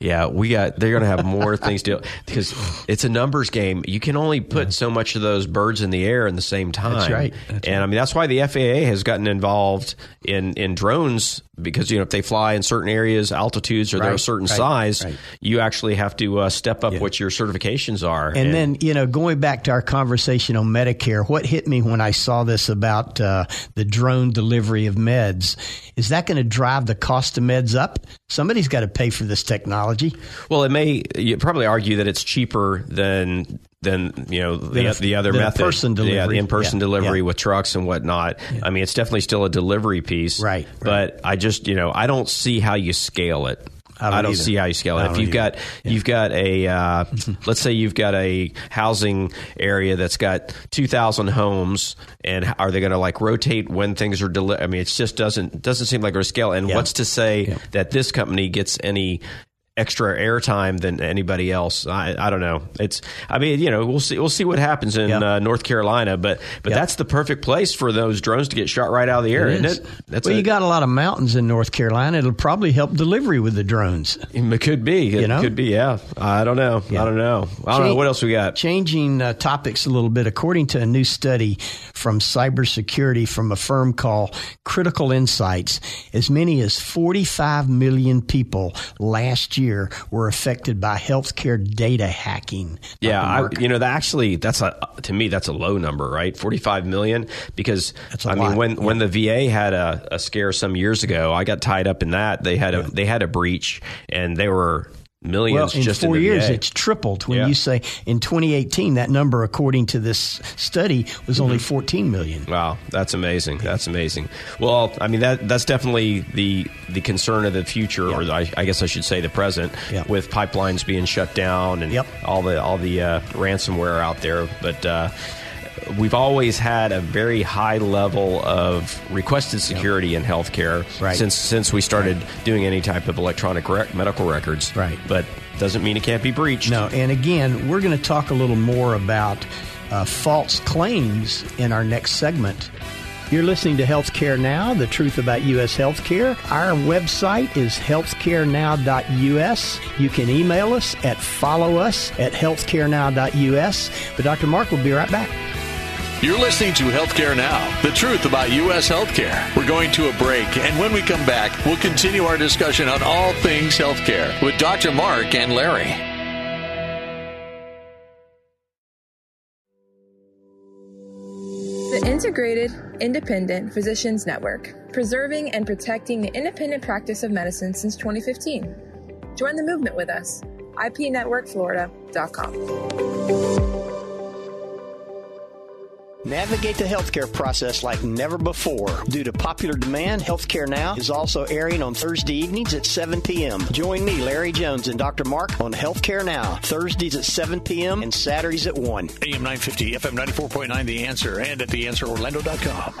Speaker 2: Yeah, we got. They're going to have more things to because it's a numbers game. You can only put so much of those birds in the air in the same time.
Speaker 3: right. That's
Speaker 2: and I mean that's why the FAA has gotten involved in in drones because you know if they fly in certain areas, altitudes, or they're a
Speaker 3: Right,
Speaker 2: certain
Speaker 3: right,
Speaker 2: size,
Speaker 3: right.
Speaker 2: you actually have to uh, step up what your certifications are.
Speaker 3: And then, you know, going back to our conversation on Medicare, what hit me when I saw this about uh, the drone delivery of meds is that going to drive the cost of meds up? Somebody's got to pay for this technology.
Speaker 2: Well, it may you probably argue that it's cheaper than than you know the,
Speaker 3: a-
Speaker 2: the other
Speaker 3: than a
Speaker 2: method,
Speaker 3: person
Speaker 2: yeah,
Speaker 3: delivery.
Speaker 2: the in person
Speaker 3: Yeah,
Speaker 2: delivery
Speaker 3: yeah.
Speaker 2: with trucks and whatnot. I mean, it's definitely still a delivery piece,
Speaker 3: Right,
Speaker 2: But I just you know I don't see how you scale it. I
Speaker 3: don't
Speaker 2: don't,
Speaker 3: either.
Speaker 2: see how you scale
Speaker 3: I
Speaker 2: it. If
Speaker 3: don't
Speaker 2: you've
Speaker 3: either.
Speaker 2: got you've got a uh, let's say you've got a housing area that's got two thousand homes, and h- are they going to like rotate when things are delivered? I mean, it just doesn't doesn't seem like a scale. And what's to say that this company gets any extra airtime than anybody else. I, I don't know. It's I mean, you know, we'll see we'll see what happens in
Speaker 3: Yeah.
Speaker 2: uh, North Carolina, but but that's the perfect place for those drones to get shot right out of the air, is isn't it? That's
Speaker 3: well,
Speaker 2: a-
Speaker 3: you got a lot of mountains in North Carolina. It'll probably help delivery with the drones.
Speaker 2: it could be. It
Speaker 3: You know?
Speaker 2: could be, yeah. I don't know. I don't know. I don't know
Speaker 3: Change-
Speaker 2: what else we got.
Speaker 3: Changing uh, topics a little bit, according to a new study from cybersecurity from a firm called Critical Insights, as many as 45 million people last year were affected by healthcare data hacking.
Speaker 2: Yeah,
Speaker 3: Dr.
Speaker 2: I,
Speaker 3: Mark.
Speaker 2: you know, that actually, that's a to me that's a low number, right? Forty-five million, because
Speaker 3: That's a
Speaker 2: I mean,
Speaker 3: lot.
Speaker 2: when when the VA had a, a scare some years ago, I got tied up in that. They had a they had a breach, and they were
Speaker 3: well,
Speaker 2: millions
Speaker 3: in
Speaker 2: just
Speaker 3: four
Speaker 2: in the
Speaker 3: years,
Speaker 2: VA.
Speaker 3: it's tripled. When
Speaker 2: Yeah.
Speaker 3: you say in 2018, that number, according to this study, was
Speaker 2: Mm-hmm.
Speaker 3: only 14 million.
Speaker 2: Wow, that's amazing. That's amazing. Well, I mean that that's definitely the the concern of the future, or I, I guess I should say the present,
Speaker 3: Yeah.
Speaker 2: with pipelines being shut down and
Speaker 3: Yep.
Speaker 2: all the all the uh, ransomware out there. But uh, we've always had a very high level of requested security in healthcare
Speaker 3: Right.
Speaker 2: since since we started doing any type of electronic rec- medical records.
Speaker 3: Right.
Speaker 2: but doesn't mean it can't be breached.
Speaker 3: No, and again, we're going to talk a little more about uh, false claims in our next segment. You're listening to Healthcare Now, the truth about U.S. healthcare. Our website is healthcarenow.us. You can email us at follow us at healthcarenow.us. But Dr. Mark will be right back.
Speaker 1: You're listening to Healthcare Now, the truth about U.S. healthcare. We're going to a break, and when we come back, we'll continue our discussion on all things healthcare with Dr. Mark and Larry.
Speaker 4: The Integrated Independent Physicians Network, preserving and protecting the independent practice of medicine since 2015. Join the movement with us. IPNetworkFlorida.com.
Speaker 3: Navigate the healthcare process like never before. Due to popular demand, Healthcare Now is also airing on Thursday evenings at 7 p.m. Join me, Larry Jones, and Dr. Mark on Healthcare Now, Thursdays at 7 p.m. and Saturdays at 1.
Speaker 5: AM 950, FM 94.9, The Answer, and at TheAnswerOrlando.com.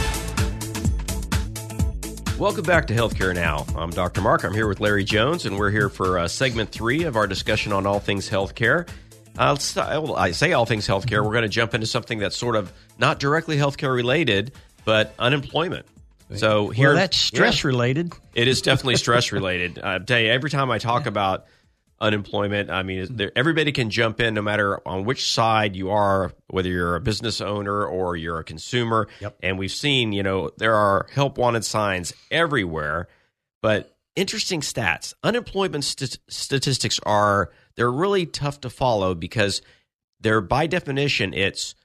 Speaker 2: Welcome back to Healthcare Now. I'm Dr. Mark. I'm here with Larry Jones, and we're here for uh, segment three of our discussion on all things healthcare. Uh, let's- I will- I say all things healthcare. We're going to jump into something that's sort of not directly healthcare related, but unemployment. So here,
Speaker 3: Well, that's
Speaker 2: Yeah.
Speaker 3: stress related.
Speaker 2: It is definitely stress related. [LAUGHS] I tell you, every time I talk about unemployment, I mean, there, everybody can jump in, no matter on which side you are, whether you're a business owner or you're a consumer.
Speaker 3: Yep.
Speaker 2: And we've seen, you know, there are help wanted signs everywhere. But interesting stats: unemployment st- statistics are they're really tough to follow because they're by definition it's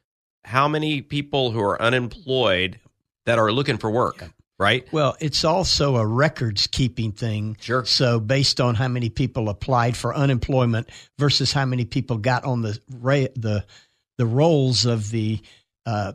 Speaker 2: how many people who are unemployed that are looking for work, right?
Speaker 3: Well, it's also a records keeping thing.
Speaker 2: Sure.
Speaker 3: So, based on how many people applied for unemployment versus how many people got on the ra- the the rolls of the uh,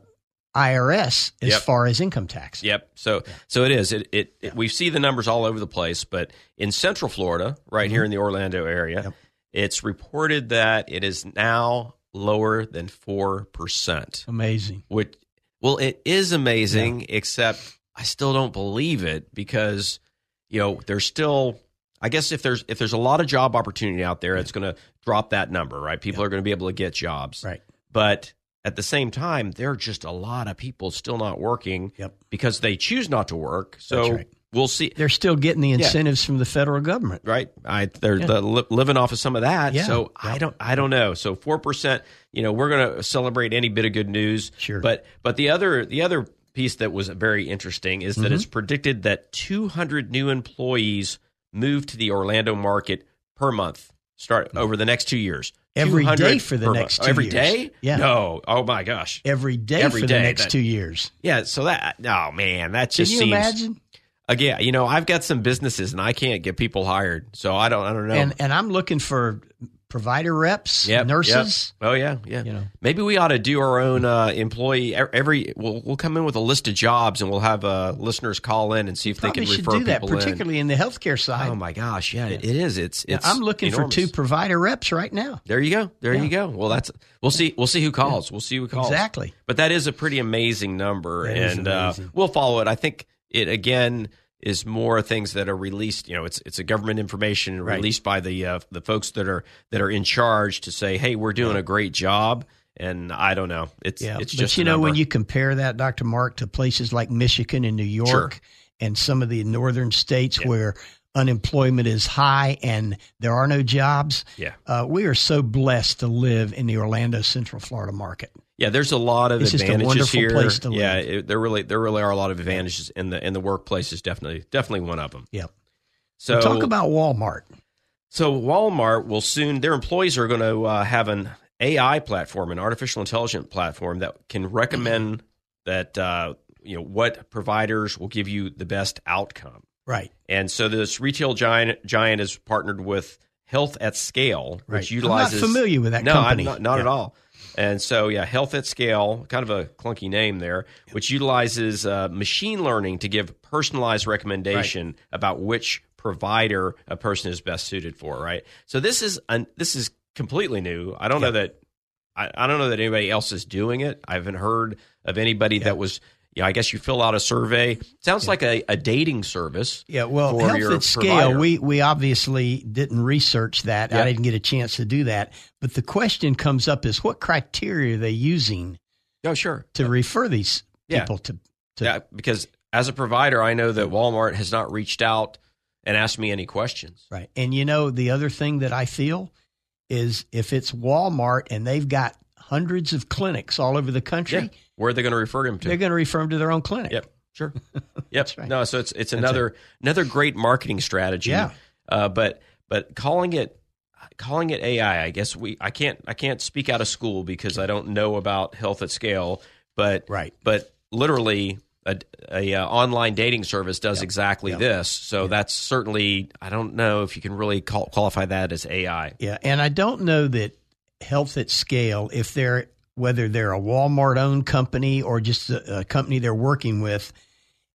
Speaker 3: IRS as
Speaker 2: Yep.
Speaker 3: far as income tax.
Speaker 2: Yep. So so it is. It, it, it we see the numbers all over the place, but in Central Florida, right here in the Orlando area,
Speaker 3: Mm-hmm. Yep.
Speaker 2: it's reported that it is now lower than four percent.
Speaker 3: Amazing.
Speaker 2: Which well, it is amazing, except I still don't believe it because you know there's still. I guess if there's if there's a lot of job opportunity out there, it's going to drop that number, right? People are going to be able to get jobs,
Speaker 3: Right.
Speaker 2: but at the same time, there are just a lot of people still not working
Speaker 3: Yep.
Speaker 2: because they choose not to work. So
Speaker 3: right.
Speaker 2: we'll see.
Speaker 3: They're still getting the incentives from the federal government.
Speaker 2: Right, I, they're the li- living off of some of that.
Speaker 3: Yeah.
Speaker 2: So I don't, I don't know. So four percent, you know, we're going to celebrate any bit of good news.
Speaker 3: Sure.
Speaker 2: but but the other the other piece that was very interesting is that
Speaker 3: Mm-hmm.
Speaker 2: it's predicted that 200 new employees move to the Orlando market per month start over the next two years.
Speaker 3: Every
Speaker 2: 200
Speaker 3: day for the
Speaker 2: per
Speaker 3: next
Speaker 2: month.
Speaker 3: two
Speaker 2: Every
Speaker 3: years.
Speaker 2: day?
Speaker 3: Yeah.
Speaker 2: No. Oh my gosh.
Speaker 3: Every day
Speaker 2: Every
Speaker 3: for
Speaker 2: day,
Speaker 3: the next
Speaker 2: that-
Speaker 3: two years.
Speaker 2: Yeah, so that oh man, that
Speaker 3: Can
Speaker 2: just
Speaker 3: you
Speaker 2: seems
Speaker 3: imagine?
Speaker 2: again. You know, I've got some businesses and I can't get people hired, so I don't. I don't know.
Speaker 3: And and I'm looking for provider reps,
Speaker 2: Oh. Yep,
Speaker 3: nurses.
Speaker 2: yep. Oh yeah, yeah.
Speaker 3: You know.
Speaker 2: maybe we ought to do our own uh, employee. e- Every we'll, we'll come in with a list of jobs and we'll have uh, listeners call in and see if
Speaker 3: Probably
Speaker 2: they can
Speaker 3: should
Speaker 2: refer
Speaker 3: do that,
Speaker 2: people
Speaker 3: particularly in the healthcare
Speaker 2: in.
Speaker 3: side.
Speaker 2: Oh my gosh, yeah, it is. It's it's.
Speaker 3: I'm looking
Speaker 2: enormous.
Speaker 3: for two provider reps right now.
Speaker 2: There you go. There you go. Well, that's we'll see. We'll see who calls. We'll see who calls.
Speaker 3: Exactly.
Speaker 2: But that is a pretty amazing number,
Speaker 3: That is
Speaker 2: and uh,
Speaker 3: amazing.
Speaker 2: we'll follow it. I think it again is more things that are released. You know, it's it's a government information
Speaker 3: Right.
Speaker 2: released by the uh, the folks that are that are in charge to say, hey, we're doing a great job. And I don't know. It's
Speaker 3: Yeah,
Speaker 2: it's
Speaker 3: but
Speaker 2: just
Speaker 3: you
Speaker 2: a
Speaker 3: know when
Speaker 2: number.
Speaker 3: you compare that, Doctor Mark, to places like Michigan and New York
Speaker 2: Sure.
Speaker 3: and some of the northern states where unemployment is high and there are no jobs.
Speaker 2: Yeah.
Speaker 3: uh, we are so blessed to live in the Orlando Central Florida market.
Speaker 2: Yeah, there's a lot of
Speaker 3: It's just a
Speaker 2: advantages
Speaker 3: wonderful
Speaker 2: here.
Speaker 3: place to
Speaker 2: Yeah,
Speaker 3: live.
Speaker 2: it, there really there really are a lot of advantages, and the and the workplace is definitely definitely one of them.
Speaker 3: Yeah,
Speaker 2: So
Speaker 3: talk about Walmart.
Speaker 2: So Walmart will soon their employees are going to uh, have an AI platform, an artificial intelligence platform that can recommend that uh, you know what providers will give you the best outcome.
Speaker 3: Right.
Speaker 2: And so this retail giant giant is partnered with Health at Scale,
Speaker 3: Right.
Speaker 2: which utilizes.
Speaker 3: I'm not familiar with that
Speaker 2: no,
Speaker 3: company.
Speaker 2: I'm not, not at
Speaker 3: Yeah.
Speaker 2: all. And so, yeah, Health at Scale, kind of a clunky name there, which utilizes uh, machine learning to give personalized recommendation about which provider a person is best suited for. Right. So this is an, this is completely new. I don't know that I, I don't know that anybody else is doing it. I haven't heard of anybody that was. Yeah, I guess you fill out a survey. Sounds like a, a dating service.
Speaker 3: Yeah, well,
Speaker 2: for
Speaker 3: health
Speaker 2: your
Speaker 3: at scale.
Speaker 2: provider.
Speaker 3: We we obviously didn't research that.
Speaker 2: Yeah.
Speaker 3: I didn't get a chance to do that. But the question comes up is what criteria are they using
Speaker 2: oh sure,
Speaker 3: to refer these
Speaker 2: Yeah.
Speaker 3: people to? to
Speaker 2: yeah, because as a provider, I know that Walmart has not reached out and asked me any questions.
Speaker 3: Right. And you know, the other thing that I feel is if it's Walmart and they've got hundreds of clinics all over the country,
Speaker 2: Yeah, where are they going to refer him to?
Speaker 3: they're going to refer them to their own clinic.
Speaker 2: Yep.
Speaker 3: [LAUGHS]
Speaker 2: Sure. Yep.
Speaker 3: right.
Speaker 2: No, so it's it's another another great marketing strategy.
Speaker 3: Yeah.
Speaker 2: Uh, but but calling it calling it AI, I guess we I can't I can't speak out of school because I don't know about health at scale, but
Speaker 3: Right.
Speaker 2: but literally a, a, uh, online dating service does exactly this. So that's certainly I don't know if you can really call, qualify that as AI.
Speaker 3: Yeah. And I don't know that health at scale, if they're whether they're a Walmart owned company or just a, a company they're working with,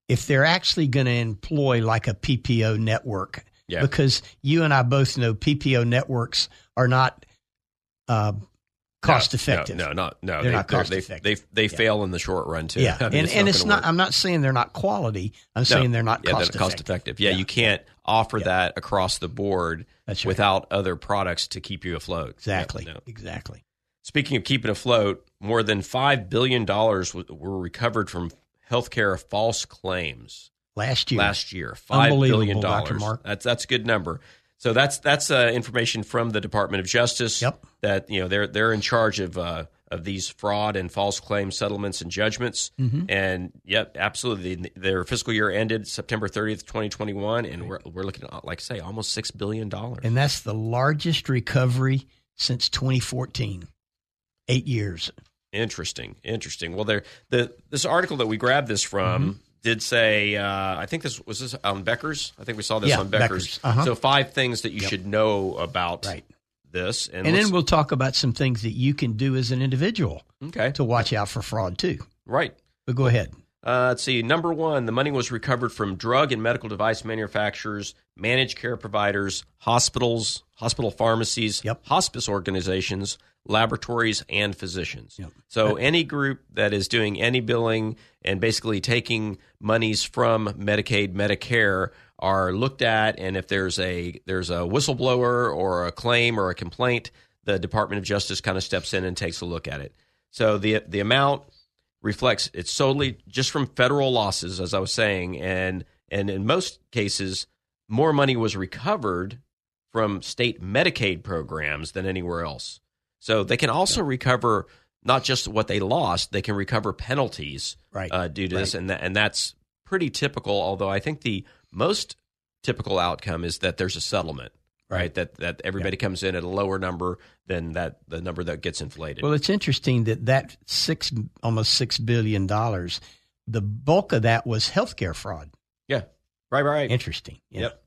Speaker 3: if they're actually going to employ like a PPO network.
Speaker 2: Yeah.
Speaker 3: Because you and I both know PPO networks are not uh, cost effective.
Speaker 2: No, no, not no.
Speaker 3: They're not cost
Speaker 2: they,
Speaker 3: effective.
Speaker 2: They, they fail in the short run too.
Speaker 3: yeah,
Speaker 2: [LAUGHS] I mean,
Speaker 3: and, and it's
Speaker 2: gonna
Speaker 3: not.
Speaker 2: work.
Speaker 3: I'm not saying they're not quality. I'm
Speaker 2: No.
Speaker 3: saying they're not
Speaker 2: Yeah,
Speaker 3: cost,
Speaker 2: cost
Speaker 3: effective.
Speaker 2: effective. Yeah, you can't offer that across the board
Speaker 3: That's right.
Speaker 2: without other products to keep you afloat.
Speaker 3: Exactly.
Speaker 2: No, no.
Speaker 3: Exactly.
Speaker 2: Speaking of keeping afloat, more than $5 billion w- were recovered from healthcare false claims
Speaker 3: Last year.
Speaker 2: last year. Five billion
Speaker 3: Unbelievable, Dr.
Speaker 2: dollars.
Speaker 3: Mark.
Speaker 2: That's that's a good number. So that's that's uh, information from the Department of Justice.
Speaker 3: Yep.
Speaker 2: That you know they're they're in charge of uh, of these fraud and false claim settlements and judgments.
Speaker 3: Mm-hmm.
Speaker 2: And yep, absolutely. Their fiscal year ended September 30th, 2021, and we're we're looking at like I say almost six billion dollars.
Speaker 3: and that's the largest recovery since 2014. Eight years.
Speaker 2: Interesting, interesting. Well, there the this article that we grabbed this from
Speaker 3: Mm-hmm.
Speaker 2: did say uh, I think this was this on Becker's. I think we saw this
Speaker 3: Yeah,
Speaker 2: on Becker's.
Speaker 3: Becker's. Uh-huh.
Speaker 2: So five things that you should know about
Speaker 3: Right.
Speaker 2: this, and,
Speaker 3: And
Speaker 2: let's-
Speaker 3: then we'll talk about some things that you can do as an individual
Speaker 2: okay,
Speaker 3: to watch out for fraud too.
Speaker 2: right.
Speaker 3: But go ahead.
Speaker 2: Uh, let's see. Number one, the money was recovered from drug and medical device manufacturers, managed care providers, hospitals, hospital pharmacies,
Speaker 3: Yep.
Speaker 2: hospice organizations, laboratories, and physicians.
Speaker 3: Yep.
Speaker 2: So any group that is doing any billing and basically taking monies from Medicaid, Medicare are looked at, and if there's a there's a whistleblower or a claim or a complaint, the Department of Justice kind of steps in and takes a look at it. So the the amount reflects it's solely just from federal losses, as I was saying, and and in most cases, more money was recovered from state Medicaid programs than anywhere else. So they can also recover not just what they lost; they can recover penalties
Speaker 3: Right.
Speaker 2: uh, due to this, and that, and that's pretty typical. Although I think the most typical outcome is that there's a settlement, right?
Speaker 3: Right.
Speaker 2: That that everybody comes in at a lower number than that the number that gets inflated.
Speaker 3: Well, it's interesting that that six almost six billion dollars, the bulk of that was healthcare fraud.
Speaker 2: yeah, right, right.
Speaker 3: Interesting. Yeah.
Speaker 2: Yep.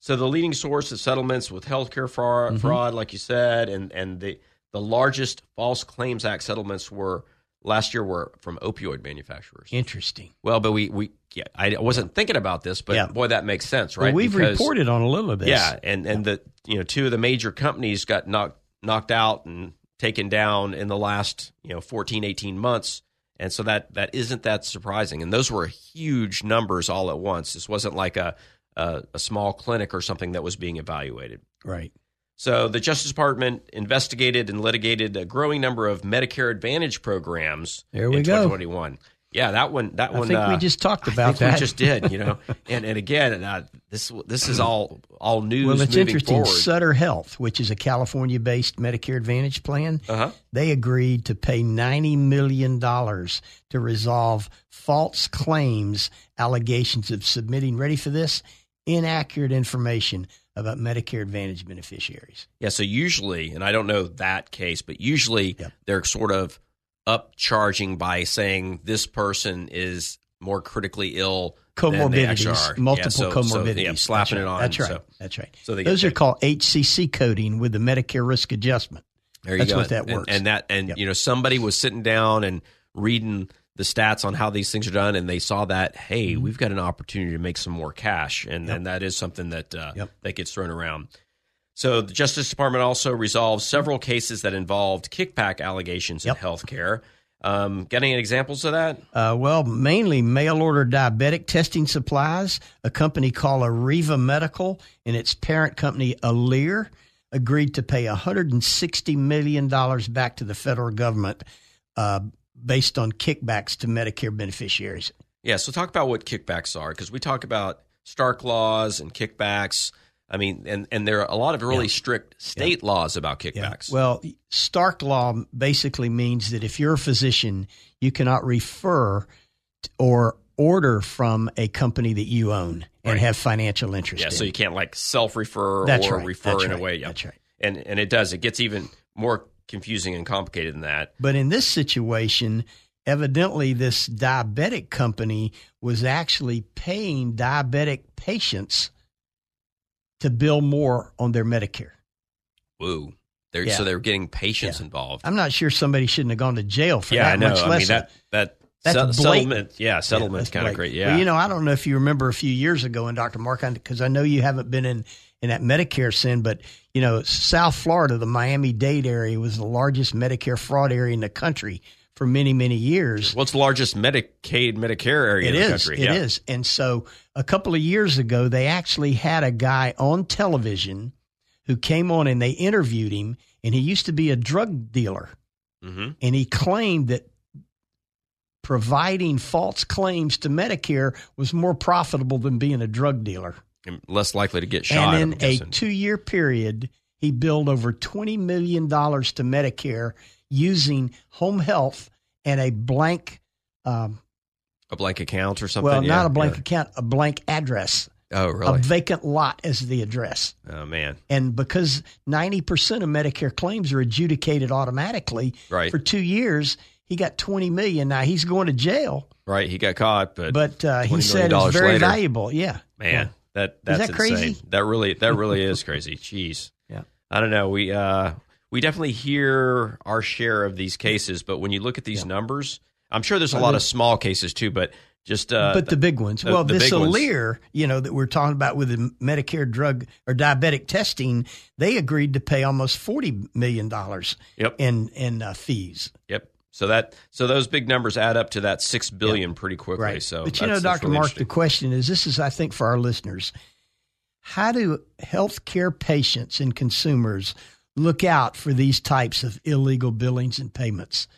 Speaker 2: So the leading source of settlements with healthcare fraud,
Speaker 3: Mm-hmm.
Speaker 2: fraud like you said, and and the the largest false claims act settlements were last year were from opioid manufacturers.
Speaker 3: Interesting.
Speaker 2: Well, but we we yeah, I wasn't thinking about this, but
Speaker 3: Yeah.
Speaker 2: boy, that makes sense, right?
Speaker 3: Well, we've
Speaker 2: Because-
Speaker 3: reported on a little of this.
Speaker 2: Yeah, and and the you know two of the major companies got knocked knocked out and taken down in the last you know 14 18 months and so that that isn't that surprising and those were huge numbers all at once this wasn't like a a, a small clinic or something that was being evaluated
Speaker 3: Right.
Speaker 2: so the Justice Department investigated and litigated a growing number of Medicare Advantage programs
Speaker 3: There we
Speaker 2: in
Speaker 3: go.
Speaker 2: 2021. Yeah, that one. That
Speaker 3: I
Speaker 2: one.
Speaker 3: think we
Speaker 2: uh,
Speaker 3: just talked
Speaker 2: I
Speaker 3: about
Speaker 2: think
Speaker 3: that.
Speaker 2: We just did, you know. [LAUGHS] and and again, uh, this this is all all news.
Speaker 3: Well, it's
Speaker 2: moving
Speaker 3: interesting.
Speaker 2: Forward.
Speaker 3: Sutter Health, which is a California based Medicare Advantage plan,
Speaker 2: Uh-huh.
Speaker 3: they agreed to pay $90 million to resolve false claims, allegations of submitting, ready for this, inaccurate information about Medicare Advantage beneficiaries.
Speaker 2: Yeah. So usually, and I don't know that case, but usually
Speaker 3: Yep.
Speaker 2: they're sort of upcharging by saying this person is more critically ill. than they actually are.
Speaker 3: Comorbidities,
Speaker 2: Yeah,
Speaker 3: multiple
Speaker 2: so-
Speaker 3: comorbidities.
Speaker 2: so, yeah,
Speaker 3: That's
Speaker 2: slapping
Speaker 3: right.
Speaker 2: it on.
Speaker 3: That's right.
Speaker 2: So
Speaker 3: That's right.
Speaker 2: so they get
Speaker 3: Those are
Speaker 2: paid.
Speaker 3: called HCC coding with the Medicare risk adjustment.
Speaker 2: There you
Speaker 3: That's
Speaker 2: go.
Speaker 3: what that
Speaker 2: And-
Speaker 3: works.
Speaker 2: And, that and
Speaker 3: Yep.
Speaker 2: you know somebody was sitting down and reading the stats on how these things are done, and they saw that hey,
Speaker 3: Mm-hmm.
Speaker 2: we've got an opportunity to make some more cash, and and that is something that uh,
Speaker 3: Yep.
Speaker 2: that gets thrown around. So the Justice Department also resolved several cases that involved kickback allegations
Speaker 3: Yep.
Speaker 2: in healthcare. Um, got any examples of that?
Speaker 3: Uh, well, mainly mail order diabetic testing supplies. A company called Arriva Medical and its parent company Alere agreed to pay $160 million back to the federal government uh, based on kickbacks to Medicare beneficiaries.
Speaker 2: Yeah, so talk about what kickbacks are because we talk about Stark laws and kickbacks. I mean, and, and there are a lot of really strict state laws about kickbacks.
Speaker 3: Well, Stark law basically means that if you're a physician, you cannot refer t- or order from a company that you own and have financial interest
Speaker 2: Yeah,
Speaker 3: in.
Speaker 2: so you can't like self refer or
Speaker 3: That's right.
Speaker 2: refer
Speaker 3: That's
Speaker 2: in a
Speaker 3: right.
Speaker 2: way. Yeah.
Speaker 3: That's right.
Speaker 2: And and it does. It gets even more confusing and complicated than that.
Speaker 3: But in this situation, evidently, this diabetic company was actually paying diabetic patients to bill more on their Medicare.
Speaker 2: Woo. They're,
Speaker 3: Yeah.
Speaker 2: So they're getting patients involved.
Speaker 3: I'm not sure somebody shouldn't have gone to jail for
Speaker 2: yeah,
Speaker 3: that,
Speaker 2: I know.
Speaker 3: much
Speaker 2: I
Speaker 3: less
Speaker 2: mean that that
Speaker 3: That's
Speaker 2: Se-
Speaker 3: blatant.
Speaker 2: settlement. Yeah, settlement
Speaker 3: that's
Speaker 2: kind of great.
Speaker 3: blatant.
Speaker 2: Yeah.
Speaker 3: Well, you know, I don't know if you remember a few years ago in Dr. Mark, because I know you haven't been in, in that Medicare sin, but, you know, South Florida, the Miami Dade area, was the largest Medicare fraud area in the country for many, many years.
Speaker 2: What's the largest Medicaid, Medicare area
Speaker 3: It
Speaker 2: in the
Speaker 3: is.
Speaker 2: country?
Speaker 3: It is. And so a couple of years ago, they actually had a guy on television who came on and they interviewed him, and he used to be a drug dealer
Speaker 2: hmm
Speaker 3: and he claimed that providing false claims to Medicare was more profitable than being a drug dealer.
Speaker 2: And less likely to get shot.
Speaker 3: and
Speaker 2: I'm
Speaker 3: in a
Speaker 2: guessing.
Speaker 3: two year period, he billed over $20 million to Medicare using home health and a blank, um,
Speaker 2: a blank account or something.
Speaker 3: well,
Speaker 2: yeah,
Speaker 3: not a blank
Speaker 2: yeah.
Speaker 3: account, a blank address,
Speaker 2: Oh, really?
Speaker 3: a vacant lot as the address.
Speaker 2: oh, man.
Speaker 3: And because 90% of Medicare claims are adjudicated automatically
Speaker 2: Right.
Speaker 3: for two years, he got 20 million. Now he's going to jail,
Speaker 2: Right. He got caught, but,
Speaker 3: but uh, he
Speaker 2: $20
Speaker 3: said it
Speaker 2: million
Speaker 3: was very
Speaker 2: later.
Speaker 3: valuable. Yeah.
Speaker 2: man, that that's
Speaker 3: that crazy?
Speaker 2: insane. That really that
Speaker 3: [LAUGHS]
Speaker 2: really is crazy. Jeez.
Speaker 3: Yeah.
Speaker 2: I don't know. We uh we definitely hear our share of these cases, but when you look at these numbers, I'm sure there's a lot of small cases too, but just uh
Speaker 3: but the big ones.
Speaker 2: the-
Speaker 3: well,
Speaker 2: the
Speaker 3: this
Speaker 2: big ones.
Speaker 3: Alere, you know, that we're talking about with the Medicare drug or diabetic testing, they agreed to pay almost forty million dollars
Speaker 2: Yep.
Speaker 3: in in uh, fees.
Speaker 2: Yep. So that so those big numbers add up to that six billion pretty quickly. So
Speaker 3: but you know,
Speaker 2: that's- that's
Speaker 3: Dr.
Speaker 2: really
Speaker 3: Mark, the
Speaker 2: interesting.
Speaker 3: question is this is, I think, for our listeners how do healthcare patients and consumers look out for these types of illegal billings and payments?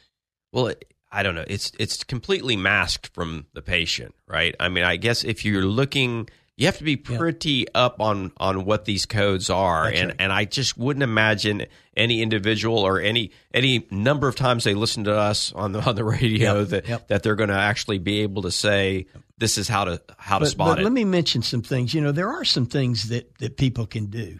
Speaker 2: Well, it, I don't know. It's it's completely masked from the patient, right? I mean, I guess if you're looking, you have to be
Speaker 3: Yeah.
Speaker 2: pretty up on on what these codes are,
Speaker 3: That's
Speaker 2: and
Speaker 3: right.
Speaker 2: and I just wouldn't imagine any individual or any any number of times they listen to us on the on the radio
Speaker 3: Yep,
Speaker 2: that
Speaker 3: yep.
Speaker 2: that they're going to actually be able to say this is how to how to
Speaker 3: but,
Speaker 2: spot
Speaker 3: but
Speaker 2: it.
Speaker 3: let me mention some things. You know, there are some things that, that people can do.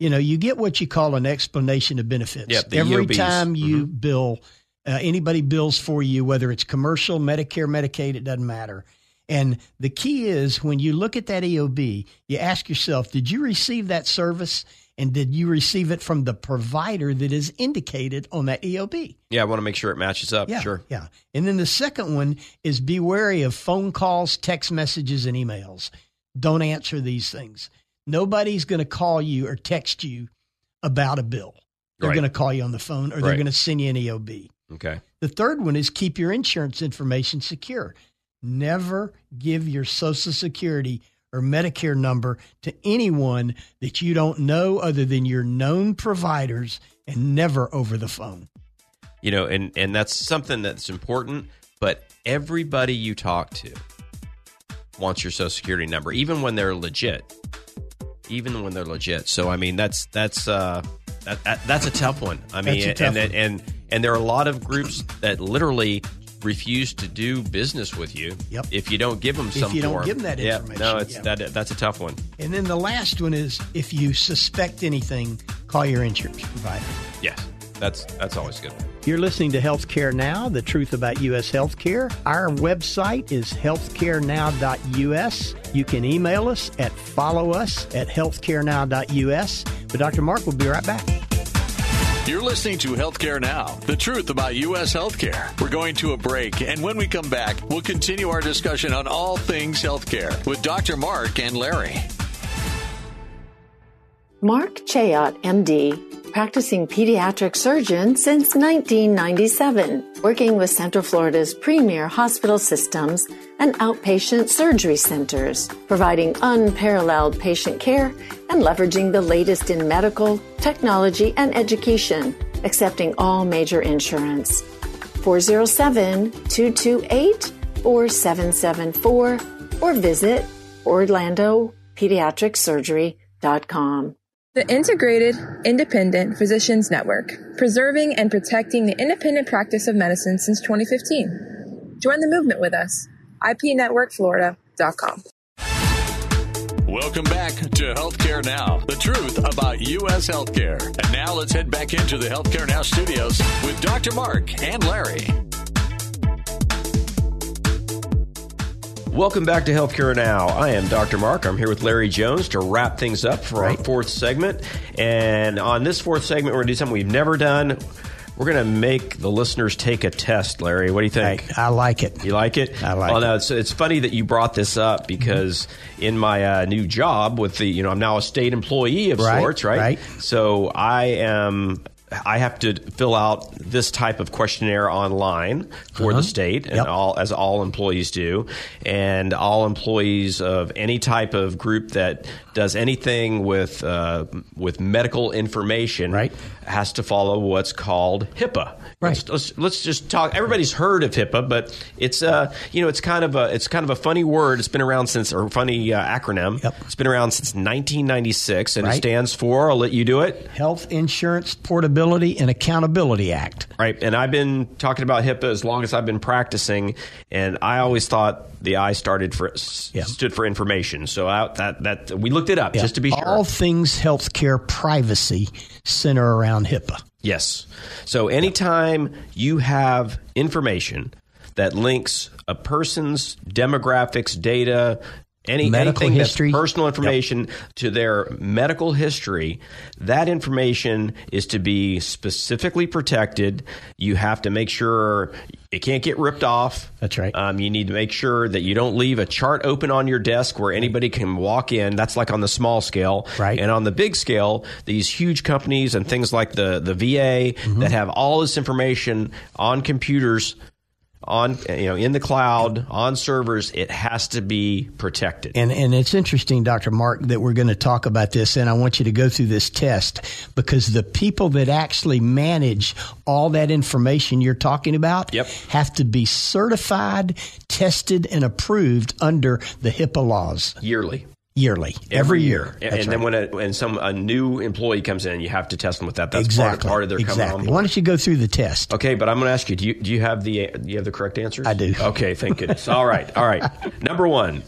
Speaker 3: You know, you get what you call an explanation of benefits.
Speaker 2: Yep, the E
Speaker 3: Every
Speaker 2: EOBs.
Speaker 3: time you
Speaker 2: Mm-hmm.
Speaker 3: bill, uh, anybody bills for you, whether it's commercial, Medicare, Medicaid, it doesn't matter. And the key is when you look at that EOB, you ask yourself, did you receive that service? And did you receive it from the provider that is indicated on that E EOB?
Speaker 2: yeah, I want to make sure it matches up.
Speaker 3: Yeah,
Speaker 2: Sure.
Speaker 3: Yeah. And then the second one is be wary of phone calls, text messages, and emails. Don't answer these things. Nobody's going to call you or text you about a bill. They're
Speaker 2: Right.
Speaker 3: going to call you on the phone or they're
Speaker 2: Right.
Speaker 3: going to send you an EOB.
Speaker 2: Okay.
Speaker 3: The third one is keep your insurance information secure. Never give your social security or Medicare number to anyone that you don't know other than your known providers and never over the phone.
Speaker 2: you know and and that's something that's important but everybody you talk to wants your social security number even when they're legit even when they're legit so i mean that's that's uh that, that, that's a tough one i mean
Speaker 3: That's a tough
Speaker 2: and, and and and there are a lot of groups that literally refuse to do business with you
Speaker 3: Yep.
Speaker 2: if you don't give them
Speaker 3: you
Speaker 2: some
Speaker 3: don't
Speaker 2: form.
Speaker 3: give 'em that
Speaker 2: Yeah, no
Speaker 3: information,
Speaker 2: it's
Speaker 3: yeah.
Speaker 2: that that's a tough one
Speaker 3: And then the last one is if you suspect anything, call your insurance provider.
Speaker 2: yes that's that's always good
Speaker 3: You're listening to Healthcare Now, the truth about U.S. healthcare. Our website is healthcarenow.us. You can email us at follow us at healthcarenow.us. But Dr. Mark will be right back.
Speaker 1: You're listening to Healthcare Now, the truth about U.S. healthcare. We're going to a break, and when we come back, we'll continue our discussion on all things healthcare with Dr. Mark and Larry.
Speaker 6: Mark Chayot, MD, practicing pediatric surgeon since 1997, working with Central Florida's premier hospital systems and outpatient surgery centers, providing unparalleled patient care and leveraging the latest in medical, technology, and education, accepting all major insurance. 407 228 4774 or visit OrlandoPediatricSurgery.com.
Speaker 4: The Integrated Independent Physicians Network, preserving and protecting the independent practice of medicine since 2015. Join the movement with us. IPNetworkFlorida.com.
Speaker 1: Welcome back to Healthcare Now, the truth about U.S. healthcare. And now let's head back into the Healthcare Now studios with Dr. Mark and Larry.
Speaker 2: Welcome back to Healthcare Now. I am Dr. Mark. I'm here with Larry Jones to wrap things up for our fourth segment. And on this fourth segment, we're going to do something we've never done. We're going to make the listeners take a test, Larry. What do you think?
Speaker 3: I, I like it.
Speaker 2: You like it?
Speaker 3: I like
Speaker 2: well,
Speaker 3: it. Mm-hmm.
Speaker 2: no, it's, it's funny that you brought this up because in my uh, new job with the, you know, I'm now a state employee of
Speaker 3: Right,
Speaker 2: sorts, right?
Speaker 3: right.
Speaker 2: So I am. I have to fill out this type of questionnaire online for the state, and
Speaker 3: Uh-huh. Yep.
Speaker 2: all as all employees do, and all employees of any type of group that does anything with uh, with medical information
Speaker 3: Right.
Speaker 2: has to follow what's called HIPAA.
Speaker 3: Right.
Speaker 2: Let's, let's, let's just talk. Everybody's heard of HIPAA, but it's uh, you know it's kind of a it's kind of a funny word. It's been around since or funny uh, acronym.
Speaker 3: Yep.
Speaker 2: It's been around since 1996, and it
Speaker 3: Right.
Speaker 2: stands for. I'll let you do it.
Speaker 3: Health Insurance Portability and Accountability Act.
Speaker 2: Right. And I've been talking about HIPAA as long as I've been practicing, and I always thought the I started for s-
Speaker 3: Yeah.
Speaker 2: stood for information. So I, that that we looked it up
Speaker 3: Yeah.
Speaker 2: just to be sure.
Speaker 3: All things healthcare privacy center around HIPAA.
Speaker 2: Yes. So anytime you have information that links a person's demographics, data, any
Speaker 3: Medical
Speaker 2: anything that's
Speaker 3: history.
Speaker 2: personal information to their medical history, that information is to be specifically protected. You have to make sure it can't get ripped off.
Speaker 3: That's right.
Speaker 2: Um, you need to make sure that you don't leave a chart open on your desk where anybody can walk in. That's like on the small scale.
Speaker 3: Right.
Speaker 2: And on the big scale, these huge companies and things like the, the VA
Speaker 3: Mm-hmm.
Speaker 2: that have all this information on computers, on you know, in the cloud, on servers, it has to be protected.
Speaker 3: And and it's interesting, Dr. Mark, that we're going to talk about this and I want you to go through this test because the people that actually manage all that information you're talking about
Speaker 2: Yep.
Speaker 3: have to be certified, tested and approved under the HIPAA laws
Speaker 2: yearly.
Speaker 3: yearly. Every, year.
Speaker 2: And, and then when a, when some a new employee comes in, you have to test them with that. That's part, of,
Speaker 3: exactly.
Speaker 2: part of their coming on
Speaker 3: exactly.
Speaker 2: board.
Speaker 3: Why don't you go through the test?
Speaker 2: Okay, but I'm going to ask you do you do you have the do you have the correct answers?
Speaker 3: I do.
Speaker 2: Okay, thank goodness. all right,
Speaker 3: [LAUGHS]
Speaker 2: all right. Number one,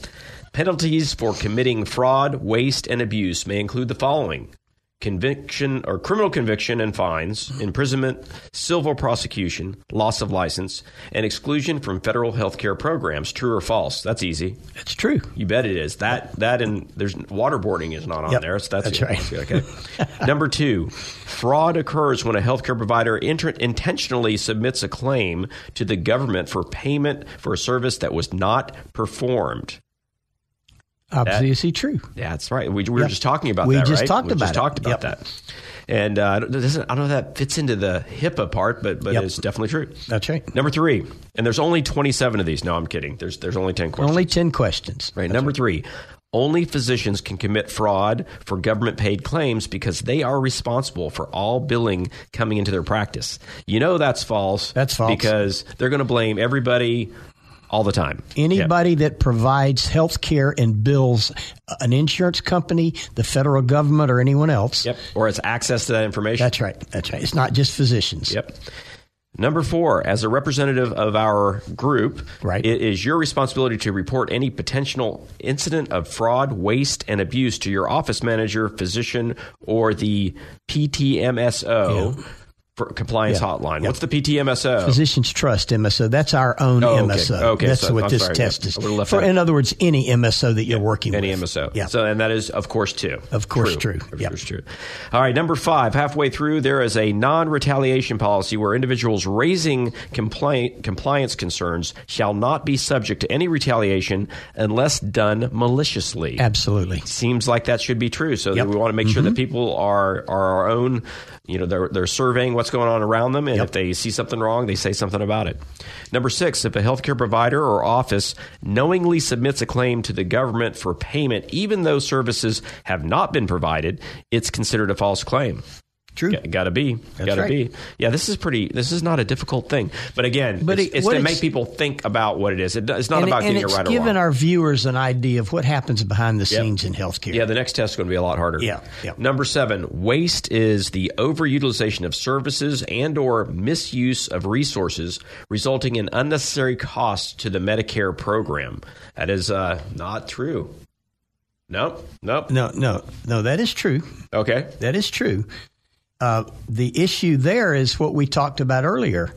Speaker 2: penalties for committing fraud, waste, and abuse may include the following: conviction or criminal conviction and fines, imprisonment, civil prosecution, loss of license, and exclusion from federal health care programs. True or false? That's easy.
Speaker 3: It's true.
Speaker 2: You bet it is. That that and there's waterboarding is not on
Speaker 3: Yep,
Speaker 2: there. So that's, it.
Speaker 3: that's right.
Speaker 2: Okay. Number two, fraud occurs when a healthcare provider inter- intentionally submits a claim to the government for payment for a service that was not performed.
Speaker 3: Obviously true.
Speaker 2: Yeah, that's right. We, we were
Speaker 3: Yep.
Speaker 2: just talking about
Speaker 3: We
Speaker 2: that.
Speaker 3: just
Speaker 2: right?
Speaker 3: talked
Speaker 2: we
Speaker 3: about
Speaker 2: just
Speaker 3: it.
Speaker 2: talked about
Speaker 3: Yep.
Speaker 2: that. And uh, I don't- it doesn't, I don't know if that fits into the HIPAA part, but but
Speaker 3: Yep.
Speaker 2: it's definitely true.
Speaker 3: That's right.
Speaker 2: Number three, and there's only 27 of these. No, I'm kidding. There's there's only 10 questions.
Speaker 3: Only 10 questions.
Speaker 2: Right. Number three, only physicians can commit fraud for government paid claims because they are responsible for all billing coming into their practice. You know that's false.
Speaker 3: That's false.
Speaker 2: Because they're going to blame everybody all the time.
Speaker 3: Anybody that provides health care and bills an insurance company, the federal government, or anyone else.
Speaker 2: Yep. yep. Or it's access to that information.
Speaker 3: That's right. That's right. It's not just physicians.
Speaker 2: Yep. Number four, as a representative of our group,
Speaker 3: Right.
Speaker 2: it is your responsibility to report any potential incident of fraud, waste, and abuse to your office manager, physician, or the PTMSO for compliance
Speaker 3: Yeah.
Speaker 2: hotline.
Speaker 3: Yeah.
Speaker 2: What's the PTMSO?
Speaker 3: Physicians Trust MSO. That's our own
Speaker 2: Oh, okay.
Speaker 3: MSO.
Speaker 2: Okay,
Speaker 3: That's
Speaker 2: so
Speaker 3: what
Speaker 2: I'm
Speaker 3: this
Speaker 2: sorry.
Speaker 3: test
Speaker 2: Yeah,
Speaker 3: is.
Speaker 2: I would've left
Speaker 3: For,
Speaker 2: that.
Speaker 3: in other words, any MSO that you're working
Speaker 2: any
Speaker 3: with.
Speaker 2: MSO.
Speaker 3: Yeah.
Speaker 2: So, and that is, of course, two.
Speaker 3: Of course, true.
Speaker 2: Of
Speaker 3: Yep.
Speaker 2: course, true. All right, number five. Halfway through, there is a non-retaliation policy where individuals raising complaint compliance concerns shall not be subject to any retaliation unless done maliciously.
Speaker 3: Absolutely.
Speaker 2: Seems like that should be true. So
Speaker 3: Yep. Mm-hmm.
Speaker 2: we want to make sure that people are are our own. You know, they're they're surveying what's going on around them, and if they see something wrong, they say something about it. Number six, if a healthcare provider or office knowingly submits a claim to the government for payment, even though services have not been provided, it's considered a false claim.
Speaker 3: True.
Speaker 2: Got to be,
Speaker 3: That's
Speaker 2: got to
Speaker 3: right.
Speaker 2: be. Yeah, this is pretty. This is not a difficult thing, but again,
Speaker 3: But
Speaker 2: it's,
Speaker 3: it-
Speaker 2: it's
Speaker 3: what
Speaker 2: to
Speaker 3: it's-
Speaker 2: make people think about what it is. It, do- it's not
Speaker 3: and
Speaker 2: about
Speaker 3: and
Speaker 2: getting it
Speaker 3: it's
Speaker 2: right or
Speaker 3: given
Speaker 2: wrong.
Speaker 3: our viewers an idea of what happens behind the scenes in healthcare.
Speaker 2: Yeah, the next test is going to be a lot harder.
Speaker 3: Yeah, yeah.
Speaker 2: Number seven, waste is the overutilization of services and or misuse of resources, resulting in unnecessary costs to the Medicare program. That is uh, not true. Nope, nope.
Speaker 3: No, no, no, that is true.
Speaker 2: Okay.
Speaker 3: That is true. Uh, the issue there is what we talked about earlier.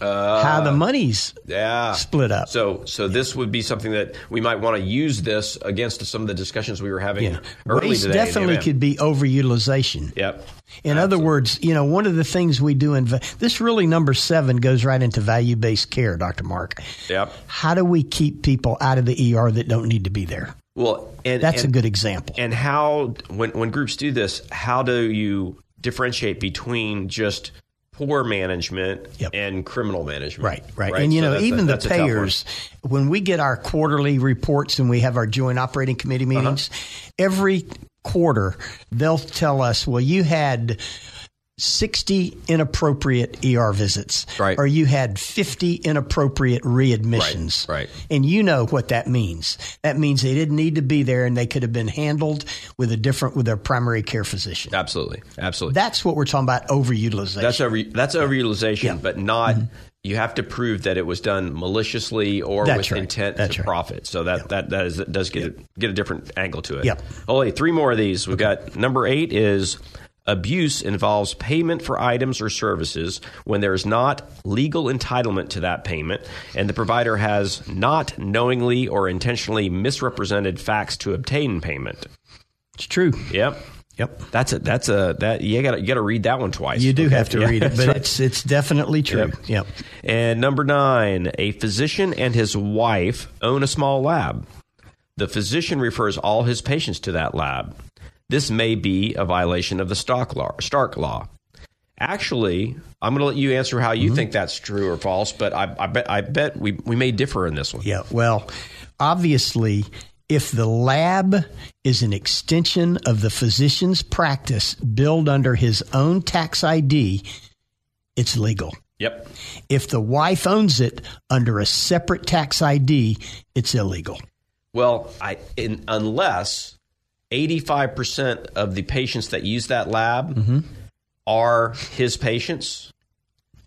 Speaker 2: Uh,
Speaker 3: how the money's
Speaker 2: yeah.
Speaker 3: split up.
Speaker 2: So, so this would be something that we might want to use this against some of the discussions we were having
Speaker 3: yeah.
Speaker 2: early
Speaker 3: Waste
Speaker 2: today. in the
Speaker 3: definitely
Speaker 2: event.
Speaker 3: could be overutilization.
Speaker 2: Yep.
Speaker 3: In other words, you know, one of the things we do in va- this really number seven goes right into value based care, Dr. Mark.
Speaker 2: Yep.
Speaker 3: How do we keep people out of the ER that don't need to be there?
Speaker 2: Well, and
Speaker 3: That's
Speaker 2: and-
Speaker 3: a good example.
Speaker 2: And how, when, when groups do this, how do you differentiate between just poor management
Speaker 3: Yep.
Speaker 2: and criminal management?
Speaker 3: Right, right, And you
Speaker 2: So
Speaker 3: know,
Speaker 2: that's a-
Speaker 3: even
Speaker 2: that's
Speaker 3: the
Speaker 2: a tough one.
Speaker 3: payers, when we get our quarterly reports and we have our joint operating committee
Speaker 2: Uh-huh.
Speaker 3: meetings, every quarter they'll tell us, well, you had 60 inappropriate ER visits,
Speaker 2: Right.
Speaker 3: or you had 50 inappropriate readmissions.
Speaker 2: Right, right.
Speaker 3: And you know what that means. That means they didn't need to be there and they could have been handled with a different, with their primary care physician.
Speaker 2: Absolutely. Absolutely.
Speaker 3: That's what we're talking about overutilization.
Speaker 2: that's over, that's overutilization,
Speaker 3: Yeah. Mm-hmm.
Speaker 2: but not. You have to prove that it was done maliciously or
Speaker 3: That's
Speaker 2: with
Speaker 3: right.
Speaker 2: intent
Speaker 3: That's
Speaker 2: to
Speaker 3: right.
Speaker 2: profit. So that that that is, does get a, get a different angle to it.
Speaker 3: Yep.
Speaker 2: Only three more of these. We've got number eight is abuse involves payment for items or services when there is not legal entitlement to that payment, and the provider has not knowingly or intentionally misrepresented facts to obtain payment.
Speaker 3: it's true.
Speaker 2: Yep.
Speaker 3: Yep.
Speaker 2: That's a that's a that you got you got to read that one twice.
Speaker 3: You do
Speaker 2: Okay.
Speaker 3: have to
Speaker 2: Yeah,
Speaker 3: read it,
Speaker 2: that's
Speaker 3: but
Speaker 2: right.
Speaker 3: it's it's definitely true.
Speaker 2: Yep.
Speaker 3: Yep.
Speaker 2: And number nine, a physician and his wife own a small lab. The physician refers all his patients to that lab. This may be a violation of the Stark Law. Stark law. Actually, I'm going to let you answer how you think that's true or false, but I, I bet I bet we, we may differ in this one.
Speaker 3: Yeah. Well, obviously, if the lab is an extension of the physician's practice billed under his own tax ID, it's legal.
Speaker 2: Yep.
Speaker 3: If the wife owns it under a separate tax ID, it's illegal.
Speaker 2: Well, I in, unless 85% of the patients that use that lab
Speaker 3: Mm-hmm.
Speaker 2: are his patients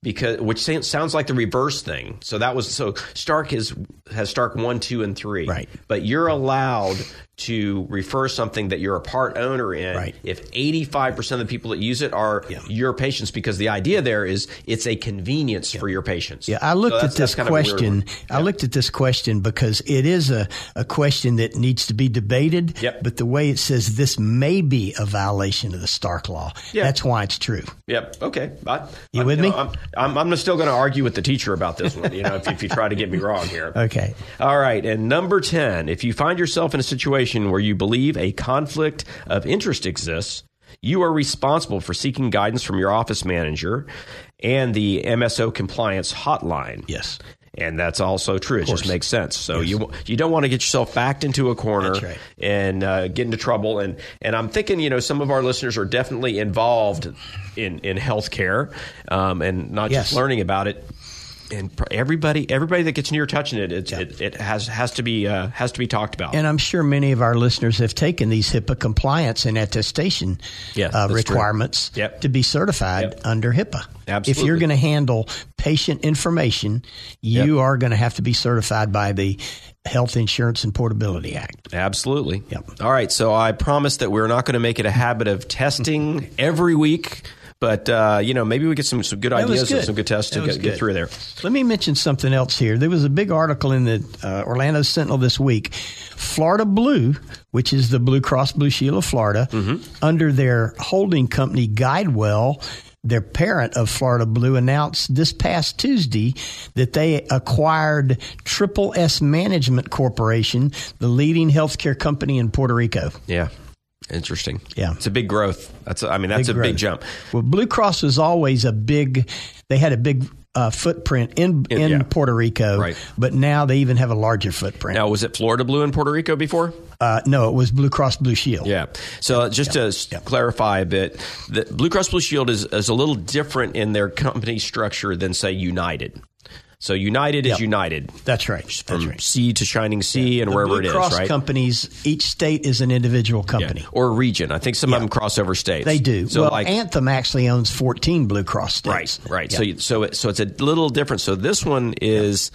Speaker 2: because which sa- sounds like the reverse thing. So that was so Stark is has Stark 1, 2 and 3.
Speaker 3: Right.
Speaker 2: But you're allowed to refer something that you're a part owner in
Speaker 3: Right.
Speaker 2: if 85% of the people that use it are your patients because the idea there is it's a convenience for your patients.
Speaker 3: Yeah, I
Speaker 2: So
Speaker 3: looked
Speaker 2: that's-
Speaker 3: at
Speaker 2: that's
Speaker 3: this
Speaker 2: kind of a weird
Speaker 3: question.
Speaker 2: one.
Speaker 3: I looked at this question because it is a, a question that needs to be debated.
Speaker 2: Yep.
Speaker 3: But the way it says this may be a violation of the Stark Law,
Speaker 2: Yeah.
Speaker 3: that's why it's true.
Speaker 2: Yep. Okay. I,
Speaker 3: You
Speaker 2: I-
Speaker 3: with me?
Speaker 2: know, I'm, I'm, I'm still going to argue with the teacher about this one. You know, if, if you try to get me wrong here.
Speaker 3: [LAUGHS] Okay.
Speaker 2: All right. And number ten, if you find yourself in a situation where you believe a conflict of interest exists, you are responsible for seeking guidance from your office manager and the MSO compliance hotline.
Speaker 3: Yes.
Speaker 2: And that's also true. It just makes sense. So you you don't want to get yourself backed into a corner
Speaker 3: That's right.
Speaker 2: and uh, get into trouble. And and I'm thinking, you know, some of our listeners are definitely involved in in healthcare um, and not
Speaker 3: Yes.
Speaker 2: just learning about it. And pr- everybody everybody that gets near touching it, it's,
Speaker 3: Yeah.
Speaker 2: it it has has to be uh, has to be talked about.
Speaker 3: And I'm sure many of our listeners have taken these HIPAA compliance and attestation
Speaker 2: Yeah,
Speaker 3: uh,
Speaker 2: that's true.
Speaker 3: requirements
Speaker 2: Yep.
Speaker 3: to be certified
Speaker 2: Yep.
Speaker 3: under HIPAA. If
Speaker 2: Absolutely.
Speaker 3: you're going to handle patient information, you are going to have to be certified by the Health Insurance and Portability Act.
Speaker 2: Absolutely.
Speaker 3: Yep.
Speaker 2: All right. So I promise that we're not going to make it a habit of
Speaker 3: [LAUGHS]
Speaker 2: testing every week. But uh, you know, maybe we get some, some good
Speaker 3: That was
Speaker 2: ideas and
Speaker 3: good.
Speaker 2: some good tests to
Speaker 3: That was
Speaker 2: get, get
Speaker 3: good.
Speaker 2: through there.
Speaker 3: Let me mention something else here. There was a big article in the uh, Orlando Sentinel this week. Florida Blue, which is the Blue Cross Blue Shield of Florida,
Speaker 2: Mm-hmm.
Speaker 3: under their holding company Guidewell, their parent of Florida Blue, announced this past Tuesday that they acquired Triple S Management Corporation, the leading healthcare company in Puerto Rico.
Speaker 2: Yeah. Interesting.
Speaker 3: Yeah.
Speaker 2: It's a big growth. That's a, I mean, that's a big
Speaker 3: growth.
Speaker 2: jump.
Speaker 3: Well, Blue Cross was always a big. They had a big uh, footprint in
Speaker 2: In-
Speaker 3: in
Speaker 2: yeah.
Speaker 3: Puerto Rico,
Speaker 2: Right.
Speaker 3: but now they even have a larger footprint.
Speaker 2: Now, was it Florida Blue in Puerto Rico before?
Speaker 3: Uh, no, it was Blue Cross Blue Shield.
Speaker 2: Yeah. So uh, just to s clarify a bit, the Blue Cross Blue Shield is, is a little different in their company structure than, say, United. So United
Speaker 3: Yep.
Speaker 2: is United
Speaker 3: that's right. That's
Speaker 2: from
Speaker 3: right.
Speaker 2: sea to shining sea and
Speaker 3: The
Speaker 2: wherever
Speaker 3: Blue
Speaker 2: it is,
Speaker 3: Cross
Speaker 2: right?
Speaker 3: companies. Each state is an individual
Speaker 2: Yeah.
Speaker 3: company.
Speaker 2: Or region. I think some of them cross over states.
Speaker 3: They do.
Speaker 2: So
Speaker 3: well,
Speaker 2: like,
Speaker 3: Anthem actually owns fourteen Blue Cross
Speaker 2: right,
Speaker 3: states.
Speaker 2: right.
Speaker 3: Yeah.
Speaker 2: So you- so it, so it's a little different. So this one is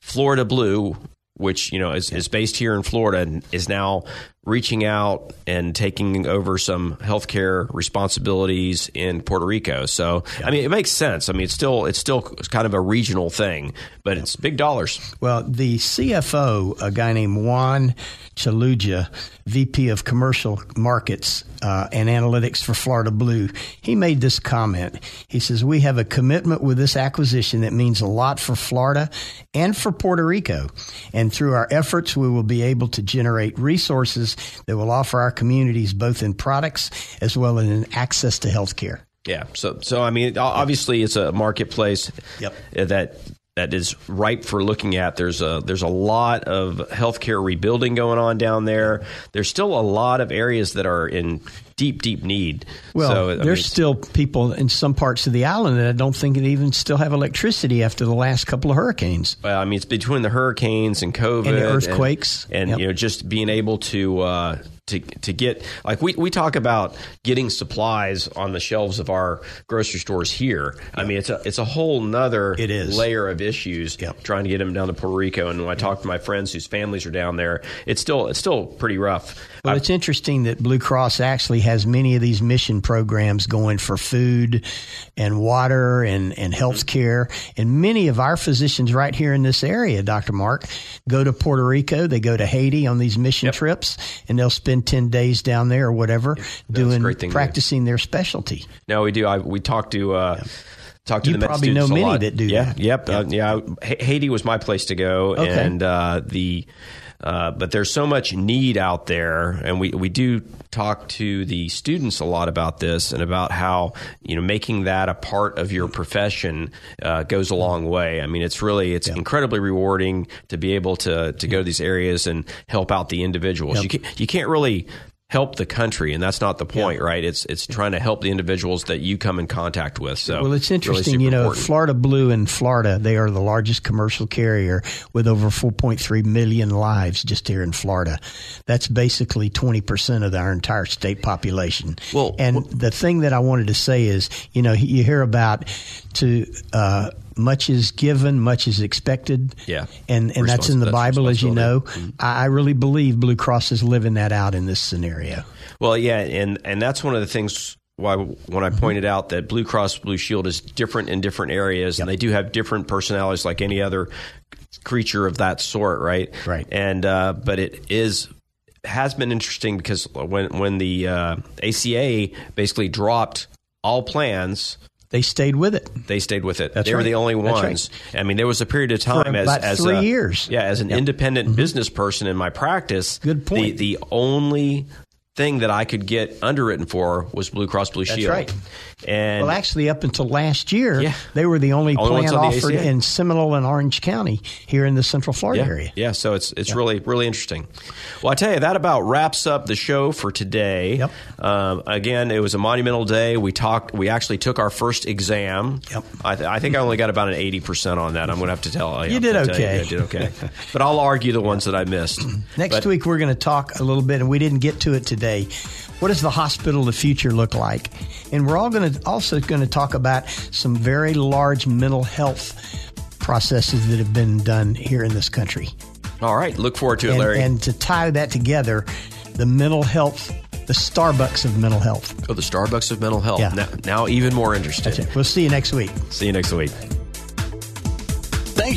Speaker 2: Florida Blue, which you know is, is based here in Florida and is now reaching out and taking over some healthcare responsibilities in Puerto Rico. So, I mean, it makes sense. I mean, it's still it's still kind of a regional thing, but it's big dollars.
Speaker 3: Well, the CFO, a guy named Juan Chaluja, VP of Commercial Markets uh, and Analytics for Florida Blue, he made this comment. He says, We have a commitment with this acquisition that means a lot for Florida and for Puerto Rico. And through our efforts, we will be able to generate resources that will offer our communities both in products as well as in access to health care.
Speaker 2: Yeah. So so I mean, obviously, it's a marketplace
Speaker 3: Yep.
Speaker 2: that that is ripe for looking at. There's a there's a lot of healthcare rebuilding going on down there. There's still a lot of areas that are in deep deep need.
Speaker 3: Well,
Speaker 2: So, I mean,
Speaker 3: there's
Speaker 2: it's-
Speaker 3: still people in some parts of the island that I don't think that even still have electricity after the last couple of hurricanes.
Speaker 2: Well, I mean, it's between the hurricanes and COVID
Speaker 3: And the earthquakes.
Speaker 2: and, and,
Speaker 3: Yep.
Speaker 2: you know just being able to uh, to to get like we we talk about getting supplies on the shelves of our grocery stores here. I mean, it's a it's a whole nother
Speaker 3: It is.
Speaker 2: layer of issues
Speaker 3: Yep.
Speaker 2: trying to get them down to Puerto Rico. And when I talk to my friends whose families are down there, it's still it's still pretty rough.
Speaker 3: Well, it's interesting that Blue Cross actually has many of these mission programs going for food and water and, and
Speaker 2: Mm-hmm.
Speaker 3: health care. And many of our physicians right here in this area, Dr. Mark, go to Puerto Rico, they go to Haiti on these mission trips, and they'll spend 10 days down there or whatever doing
Speaker 2: great thing to do.
Speaker 3: practicing their specialty.
Speaker 2: No, we do. I, we talked to. Uh, Talk to
Speaker 3: You
Speaker 2: the med
Speaker 3: probably
Speaker 2: students
Speaker 3: know
Speaker 2: a
Speaker 3: many
Speaker 2: lot.
Speaker 3: that do
Speaker 2: yeah,
Speaker 3: that.
Speaker 2: Yep. Uh, yeah. Ha- Haiti was my place to go,
Speaker 3: Okay.
Speaker 2: and uh, the uh, but there's so much need out there, and we we do talk to the students a lot about this and about how you know making that a part of your profession uh, goes a long way. I mean, it's really it's incredibly rewarding to be able to to go to these areas and help out the individuals. You can't, you can't really help the country and that's not the point right it's it's trying to help the individuals that you come in contact with so
Speaker 3: Well, it's
Speaker 2: really
Speaker 3: interesting.
Speaker 2: super
Speaker 3: you know,
Speaker 2: important.
Speaker 3: Florida Blue in Florida, they are the largest commercial carrier with over 4.3 million lives just here in Florida. That's basically 20% of our entire state population.
Speaker 2: Well,
Speaker 3: and
Speaker 2: well-
Speaker 3: the thing that I wanted to say is, you know, you hear about to uh, much is given, much is expected.
Speaker 2: Yeah.
Speaker 3: And, and that's in
Speaker 2: Responsi-
Speaker 3: the
Speaker 2: that's
Speaker 3: Bible, as you know.
Speaker 2: responsibility. Mm-hmm.
Speaker 3: I I really believe Blue Cross is living that out in this scenario.
Speaker 2: well yeah and and that's one of the things why when i pointed out that blue cross blue shield is different in different areas and they do have different personalities like any other creature of that sort right
Speaker 3: Right.
Speaker 2: and uh, but it is has been interesting because when when the uh, aca basically dropped all plans
Speaker 3: They stayed with it.
Speaker 2: they stayed with it.
Speaker 3: That's
Speaker 2: they were
Speaker 3: right.
Speaker 2: the only
Speaker 3: That's
Speaker 2: ones. I mean, there was a period of time as
Speaker 3: about
Speaker 2: as
Speaker 3: three
Speaker 2: a-
Speaker 3: years. Mm-hmm.
Speaker 2: Yeah, as an independent business person in my practice.
Speaker 3: Good point.
Speaker 2: The, the only thing that I could get underwritten for was Blue Cross Blue Shield.
Speaker 3: right.
Speaker 2: And
Speaker 3: Well, actually, up until last year,
Speaker 2: Yeah.
Speaker 3: they were the only,
Speaker 2: Only ones
Speaker 3: plan
Speaker 2: on the
Speaker 3: offered
Speaker 2: ACA.
Speaker 3: in Seminole and Orange County here in the Central Florida
Speaker 2: yeah,
Speaker 3: area.
Speaker 2: yeah, so it's it's really really interesting. Well, I tell you that about wraps up the show for today.
Speaker 3: Yep.
Speaker 2: Um, again, it was a monumental day. We talked. We actually took our first exam.
Speaker 3: Yep.
Speaker 2: I, th- I think I only got about an eighty percent on that. I'm going to have to tell
Speaker 3: You did
Speaker 2: I'll tell
Speaker 3: okay.
Speaker 2: I did okay. but I'll argue the ones that I
Speaker 3: [CLEARS THROAT]
Speaker 2: missed
Speaker 3: Next
Speaker 2: But-
Speaker 3: week, we're going to talk a little bit, and we didn't get to it today. What does the hospital of the future look like? And we're all going to also going to talk about some very large mental health processes that have been done here in this country.
Speaker 2: All right. Look forward to it,
Speaker 3: And,
Speaker 2: Larry.
Speaker 3: and to tie that together, the mental health, the Starbucks of mental health.
Speaker 2: oh, the Starbucks of mental health.
Speaker 3: Yeah.
Speaker 2: Now, now even more interested.
Speaker 3: Okay, We'll see you next week.
Speaker 2: See you next week.
Speaker 5: Thank